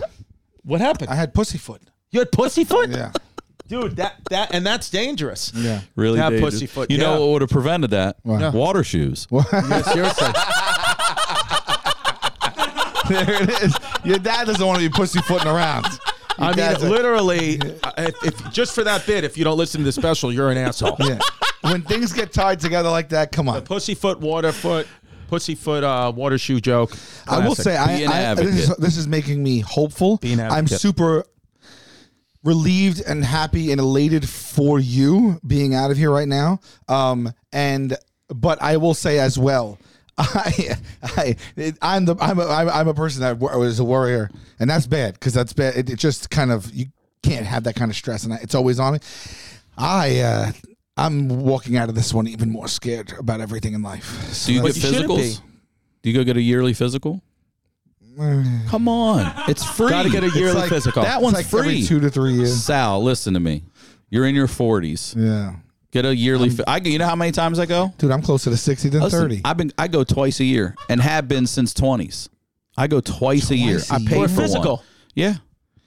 Speaker 1: What happened?
Speaker 2: I had pussyfoot.
Speaker 1: you had pussyfoot,
Speaker 2: Yeah.
Speaker 1: dude. That that and that's dangerous.
Speaker 2: Yeah.
Speaker 4: really
Speaker 1: That
Speaker 4: dangerous.
Speaker 1: pussyfoot,
Speaker 4: You
Speaker 1: yeah.
Speaker 4: know what would have prevented that?
Speaker 2: Yeah.
Speaker 4: Water shoes.
Speaker 1: Yeah, seriously.
Speaker 2: there it is. Your dad doesn't want to be pussyfooting around. Your
Speaker 1: I
Speaker 2: dad's
Speaker 1: mean,
Speaker 2: like-
Speaker 1: literally, uh, if, if just for that bit, if you don't listen to the special, you're an asshole.
Speaker 2: Yeah. When things get tied together like that, come on.
Speaker 1: Pussyfoot, waterfoot, pussyfoot, uh, water shoe joke.
Speaker 2: I will
Speaker 1: Classic.
Speaker 2: say, I,
Speaker 4: Be an
Speaker 2: I this, is,
Speaker 4: advocate.
Speaker 2: this is making me hopeful.
Speaker 1: an
Speaker 2: I'm
Speaker 1: advocate.
Speaker 2: super relieved and happy and elated for you being out of here right now. Um, and but I will say as well, I, I, it- I'm the I'm a, I'm I'm a person that wor- was a worrier, and that's bad because that's bad. It, it just kind of you can't have that kind of stress, and I, it's always on me. I. Uh, I'm walking out of this one even more scared about everything in life. So
Speaker 4: Do you
Speaker 1: But
Speaker 4: get
Speaker 2: that's-
Speaker 1: you shouldn't
Speaker 4: physicals? Do you go get a yearly physical? Come on. It's free.
Speaker 1: Gotta get a yearly
Speaker 2: like-
Speaker 1: physical.
Speaker 4: That
Speaker 2: it's
Speaker 4: one's
Speaker 2: like every
Speaker 4: free.
Speaker 2: two to three years.
Speaker 4: Sal, listen to me. You're in your 40s.
Speaker 2: Yeah.
Speaker 4: Get a yearly. fi- I go- you know how many times I go?
Speaker 2: Dude, I'm closer to 60 than
Speaker 4: Listen,
Speaker 2: 30.
Speaker 4: I've been I go twice a year and have been since twenties. I go twice, a year.
Speaker 2: Twice a
Speaker 4: I
Speaker 2: year.
Speaker 4: pay
Speaker 1: For a
Speaker 4: for,
Speaker 1: physical.
Speaker 4: One. Yeah,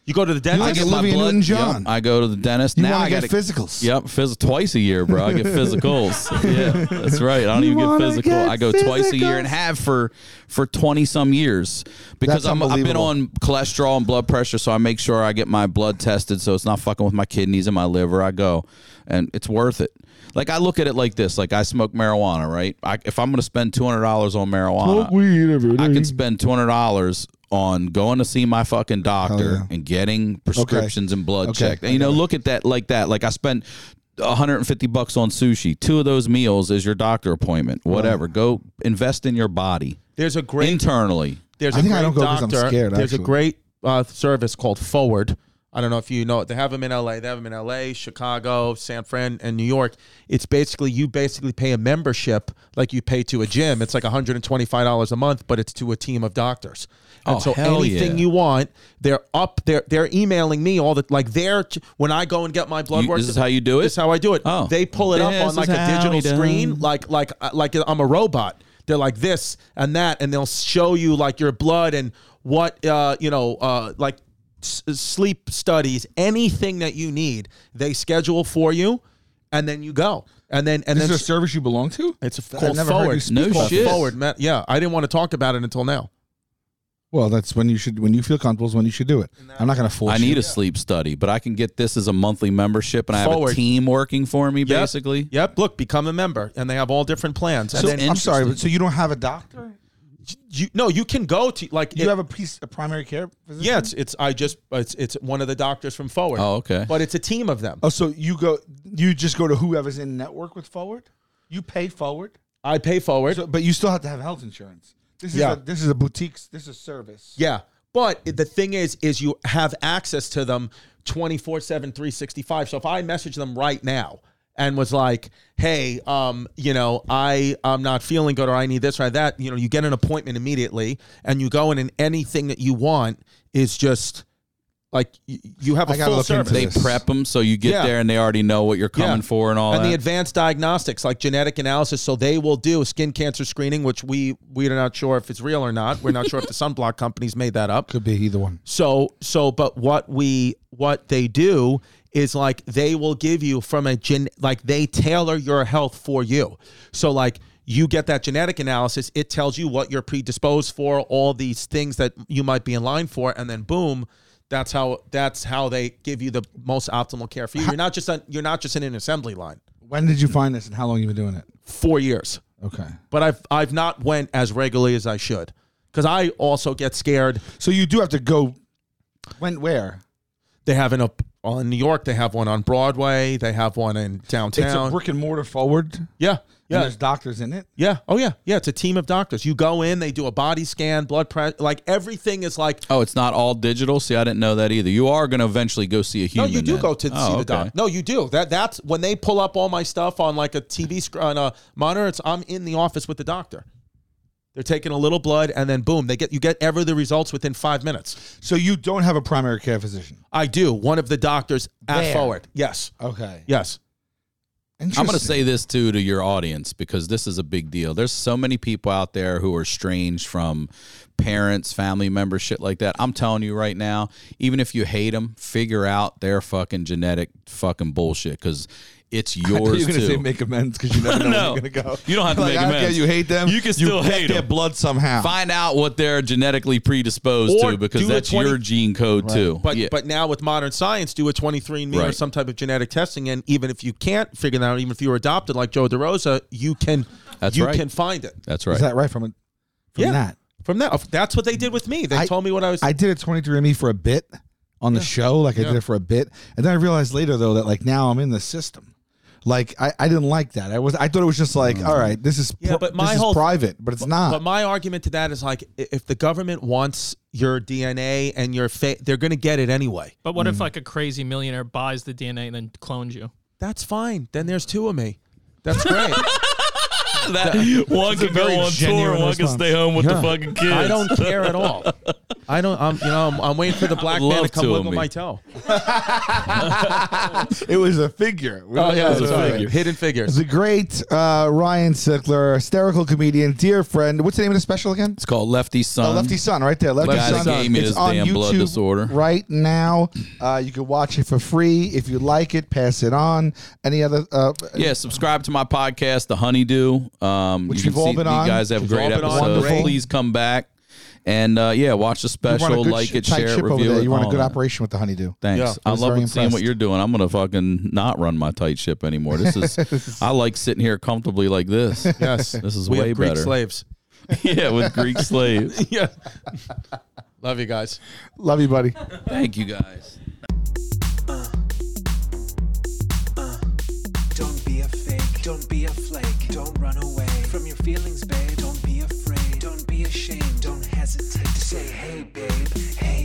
Speaker 1: You go to the
Speaker 2: You
Speaker 1: dentist.
Speaker 2: like
Speaker 4: I get my
Speaker 2: Olivia
Speaker 4: blood-
Speaker 2: Newton-John.
Speaker 4: Yep, I go to the dentist.
Speaker 2: you
Speaker 4: now
Speaker 2: want
Speaker 4: I
Speaker 2: to get
Speaker 4: gotta-
Speaker 2: physicals.
Speaker 4: Yep, phys- twice a year, bro. I get physicals. yeah, that's right. I don't
Speaker 2: You
Speaker 4: even get
Speaker 2: wanna
Speaker 4: physical.
Speaker 2: get
Speaker 4: I go twice a year and
Speaker 2: physicals?
Speaker 4: have for for twenty some years because
Speaker 2: That's
Speaker 4: I'm, I've been
Speaker 2: unbelievable.
Speaker 4: on cholesterol and blood pressure, so I make sure I get my blood tested, so it's not fucking with my kidneys and my liver. I go, and it's worth it. Like I look at it like this: like I smoke marijuana, right? I, if I'm going to spend two hundred dollars on marijuana, I can spend two hundred dollars on going to see my fucking doctor
Speaker 2: yeah.
Speaker 4: and getting prescriptions and blood
Speaker 2: Okay.
Speaker 4: checked. And you know, look at that like that. Like I spent 150 bucks on sushi. Two of those meals is your doctor appointment. Whatever. Go invest in your body
Speaker 1: There's a great
Speaker 4: internally.
Speaker 1: There's
Speaker 2: I
Speaker 1: a
Speaker 2: think I
Speaker 1: great
Speaker 2: don't go 'cause I'm
Speaker 1: doctor.
Speaker 2: scared,
Speaker 1: There's a
Speaker 2: actually.
Speaker 1: great uh, service called Forward. I don't know if you know it. They have them in LA. They have them in LA, Chicago, San Fran, and New York. It's basically you basically pay a membership like you pay to a gym. It's like $125 a month, but it's to a team of doctors. And
Speaker 4: Oh,
Speaker 1: so
Speaker 4: hell
Speaker 1: anything
Speaker 4: yeah.
Speaker 1: you want, they're up they're they're emailing me all the like they're when I go and get my blood
Speaker 4: You-
Speaker 1: work.
Speaker 4: this is how you do it?
Speaker 1: This is how I do it.
Speaker 4: Oh.
Speaker 1: They pull it up
Speaker 4: This
Speaker 1: on like
Speaker 4: is
Speaker 1: a
Speaker 4: how
Speaker 1: digital
Speaker 4: we done.
Speaker 1: screen like like uh, like I'm a robot. They're like this and that, and they'll show you like your blood and what uh, you know, uh, like s- sleep studies, anything that you need, they schedule for you, and then you go, and then and
Speaker 2: This
Speaker 1: then
Speaker 2: is a service you belong to?
Speaker 1: it's
Speaker 2: I've
Speaker 1: called
Speaker 2: never heard
Speaker 1: forward.
Speaker 2: you speak
Speaker 4: No
Speaker 1: Called
Speaker 4: shit.
Speaker 1: forward, man. Yeah, I didn't want to talk about it until now.
Speaker 2: Well, that's when you should, when you feel comfortable is when you should do it. I'm not going to force
Speaker 4: I need
Speaker 2: you.
Speaker 4: a sleep study, but I can get this as a monthly membership, and I have
Speaker 1: Forward.
Speaker 4: a team working for me
Speaker 1: Yep.
Speaker 4: basically.
Speaker 1: Yep. Look, become a member, and they have all different plans. And
Speaker 4: So-
Speaker 1: then
Speaker 2: I'm sorry,
Speaker 4: Interesting.
Speaker 2: but so you don't have a doctor?
Speaker 1: you no, you can go to like
Speaker 2: You
Speaker 1: it-
Speaker 2: have a piece a primary care physician?
Speaker 1: yeah, it's it's I just it's it's one of the doctors from Forward.
Speaker 4: Oh, okay.
Speaker 1: But it's a team of them.
Speaker 2: Oh, so you go you just go to whoever's in network with Forward? You pay Forward?
Speaker 1: I pay Forward.
Speaker 2: So, but you still have to have health insurance. This is
Speaker 1: Yeah.
Speaker 2: a, this is a boutique, this is a service.
Speaker 1: Yeah. But the thing is, is you have access to them 24 7, 365. So if I message them right now and was like, hey, um, you know, I, I'm not feeling good or I need this or that, you know, you get an appointment immediately and you go in and anything that you want is just like y- you have a
Speaker 2: I gotta
Speaker 1: full
Speaker 2: look into
Speaker 1: service.
Speaker 4: They
Speaker 2: Yes.
Speaker 4: prep them so you get
Speaker 1: Yeah.
Speaker 4: there and they already know what you're coming for and all
Speaker 1: and
Speaker 4: that.
Speaker 1: the advanced diagnostics like genetic analysis so they will do skin cancer screening which we we're not sure if it's real or not we're not sure if the sunblock companies made that up
Speaker 2: Could be either one.
Speaker 1: So so but what we what they do is like they will give you from a gen like they tailor your health for you. So like you get that genetic analysis, it tells you what you're predisposed for, all these things that you might be in line for, and then boom, that's how that's how they give you the most optimal care for you. You're not just on, you're not just in an assembly line.
Speaker 2: When did you find this and how long you been doing it?
Speaker 1: Four years
Speaker 2: Okay.
Speaker 1: but I've I've not went as regularly as I should because I also get scared.
Speaker 2: So you do have to go when where?
Speaker 1: They have an up on New York. They have one on Broadway. They have one in
Speaker 2: It's a
Speaker 1: downtown.
Speaker 2: brick and mortar forward.
Speaker 1: yeah,
Speaker 2: And
Speaker 1: yeah,
Speaker 2: there's doctors in it.
Speaker 1: yeah. Oh yeah, yeah. It's a team of doctors. You go in, they do a body scan, blood pressure, like everything is like.
Speaker 4: Oh, it's not all digital. See, I didn't know that either. You are going to eventually go see a
Speaker 1: No,
Speaker 4: human.
Speaker 1: you do
Speaker 4: then.
Speaker 1: go to
Speaker 4: Oh,
Speaker 1: see the
Speaker 4: okay.
Speaker 1: doctor. No, you do. That that's when they pull up all my stuff on like a TV sc- on a monitor. It's I'm in the office with the doctor. They're taking a little blood and then boom, they get you get ever the results within five minutes.
Speaker 2: So you don't have a primary care physician.
Speaker 1: I do. One of the doctors at
Speaker 2: There.
Speaker 1: forward. Yes.
Speaker 2: Okay.
Speaker 1: Yes.
Speaker 2: Interesting.
Speaker 4: I'm going to say this too to your audience because this is a big deal. There's so many people out there who are estranged from parents, family members, shit like that. I'm telling you right now, even if you hate them, figure out their fucking genetic fucking bullshit because it's yours
Speaker 2: You're gonna
Speaker 4: too.
Speaker 2: say make amends because you never know
Speaker 4: No.
Speaker 2: where you're gonna go.
Speaker 4: You don't have to
Speaker 2: Like,
Speaker 4: make
Speaker 2: I don't care,
Speaker 4: amends.
Speaker 2: You hate them.
Speaker 4: You can still
Speaker 2: get
Speaker 4: hate
Speaker 2: their
Speaker 4: them.
Speaker 2: blood somehow.
Speaker 4: Find out what they're genetically predisposed
Speaker 1: Or
Speaker 4: to
Speaker 1: do
Speaker 4: because
Speaker 1: a
Speaker 4: that's
Speaker 1: 20
Speaker 4: your gene code too.
Speaker 1: But
Speaker 4: Yeah.
Speaker 1: but now with modern science, do a 23andMe or
Speaker 4: Right.
Speaker 1: some type of genetic testing, and even if you can't figure that out, even if you were adopted like Joe DeRosa, you can
Speaker 4: That's
Speaker 1: you
Speaker 4: right.
Speaker 1: can find it
Speaker 4: that's
Speaker 2: Is
Speaker 4: right.
Speaker 2: that right from a, from
Speaker 1: Yeah.
Speaker 2: that?
Speaker 1: from that. That's what they did with me. They
Speaker 2: I-
Speaker 1: told me what I was.
Speaker 2: I did it 23andMe for a bit on the show, like I did it for a bit, and then I realized later though that like now I'm in the system. Like I, I didn't like that. I was I thought it was just like all right, this is
Speaker 1: Yeah,
Speaker 2: pri-
Speaker 1: but my
Speaker 2: this is
Speaker 1: whole-
Speaker 2: private, but it's not.
Speaker 1: but my argument to that is like, i- if the government wants your DNA and your fa- they're going to get it anyway.
Speaker 6: But what
Speaker 2: Mm-hmm.
Speaker 6: if like a crazy millionaire buys the DNA and then clones you?
Speaker 1: That's fine. Then there's two of me. That's great.
Speaker 4: That- one
Speaker 2: very genuine response.
Speaker 4: home with
Speaker 2: Yeah.
Speaker 4: fucking kids.
Speaker 1: I don't care at all. I don't. I'm. You know. I'm, I'm waiting for the black man to
Speaker 4: love
Speaker 1: come
Speaker 4: to,
Speaker 1: wiggle
Speaker 4: me.
Speaker 1: my toe.
Speaker 2: It was a figure.
Speaker 1: Oh yeah,
Speaker 4: That's
Speaker 1: sorry.
Speaker 4: figure.
Speaker 1: hidden figures.
Speaker 2: The great uh, Ryan Sickler, hysterical comedian, dear friend. What's the name of the special again?
Speaker 4: It's called Lefty Son.
Speaker 2: Oh, Lefty Son, right there. Lefty
Speaker 4: Um, Lefty
Speaker 2: Son.
Speaker 4: Son. Game
Speaker 2: It's
Speaker 4: is
Speaker 2: on
Speaker 4: damn
Speaker 2: YouTube
Speaker 4: blood disorder.
Speaker 2: right now. Uh, you can watch it for free if you like it. Pass it on. Any other? Uh,
Speaker 4: Yeah, subscribe to my podcast, The Honeydew. Um,
Speaker 2: Which
Speaker 4: you can
Speaker 2: we've all
Speaker 4: see
Speaker 2: been
Speaker 4: you
Speaker 2: on.
Speaker 4: guys have
Speaker 1: We've all
Speaker 4: great
Speaker 1: been on.
Speaker 4: episodes.
Speaker 1: Wonderful.
Speaker 4: Please come back and uh, yeah, watch
Speaker 2: you want
Speaker 4: the
Speaker 2: a
Speaker 4: special,
Speaker 2: good
Speaker 4: like
Speaker 2: sh-
Speaker 4: it,
Speaker 2: tight
Speaker 4: share it,
Speaker 2: chip over
Speaker 4: review
Speaker 2: there.
Speaker 4: it.
Speaker 2: You want a
Speaker 4: all
Speaker 2: good
Speaker 4: that.
Speaker 2: operation with the honeydew.
Speaker 4: Thanks.
Speaker 1: Yeah.
Speaker 4: I
Speaker 2: was
Speaker 4: love
Speaker 2: very
Speaker 4: seeing what
Speaker 2: impressed.
Speaker 4: you're doing. I'm gonna fucking not run my tight ship anymore. This is I like sitting here comfortably like this.
Speaker 1: Yes,
Speaker 4: This is
Speaker 1: we
Speaker 4: way
Speaker 1: have Greek
Speaker 4: better.
Speaker 1: slaves.
Speaker 4: yeah, with Greek slaves.
Speaker 1: yeah. Love you guys.
Speaker 2: Love you, buddy.
Speaker 4: Thank you guys.
Speaker 3: Don't be a fake, don't be a flake, don't run away from your feelings, babe. Don't be afraid, don't be ashamed, don't hesitate to say, hey, babe, hey.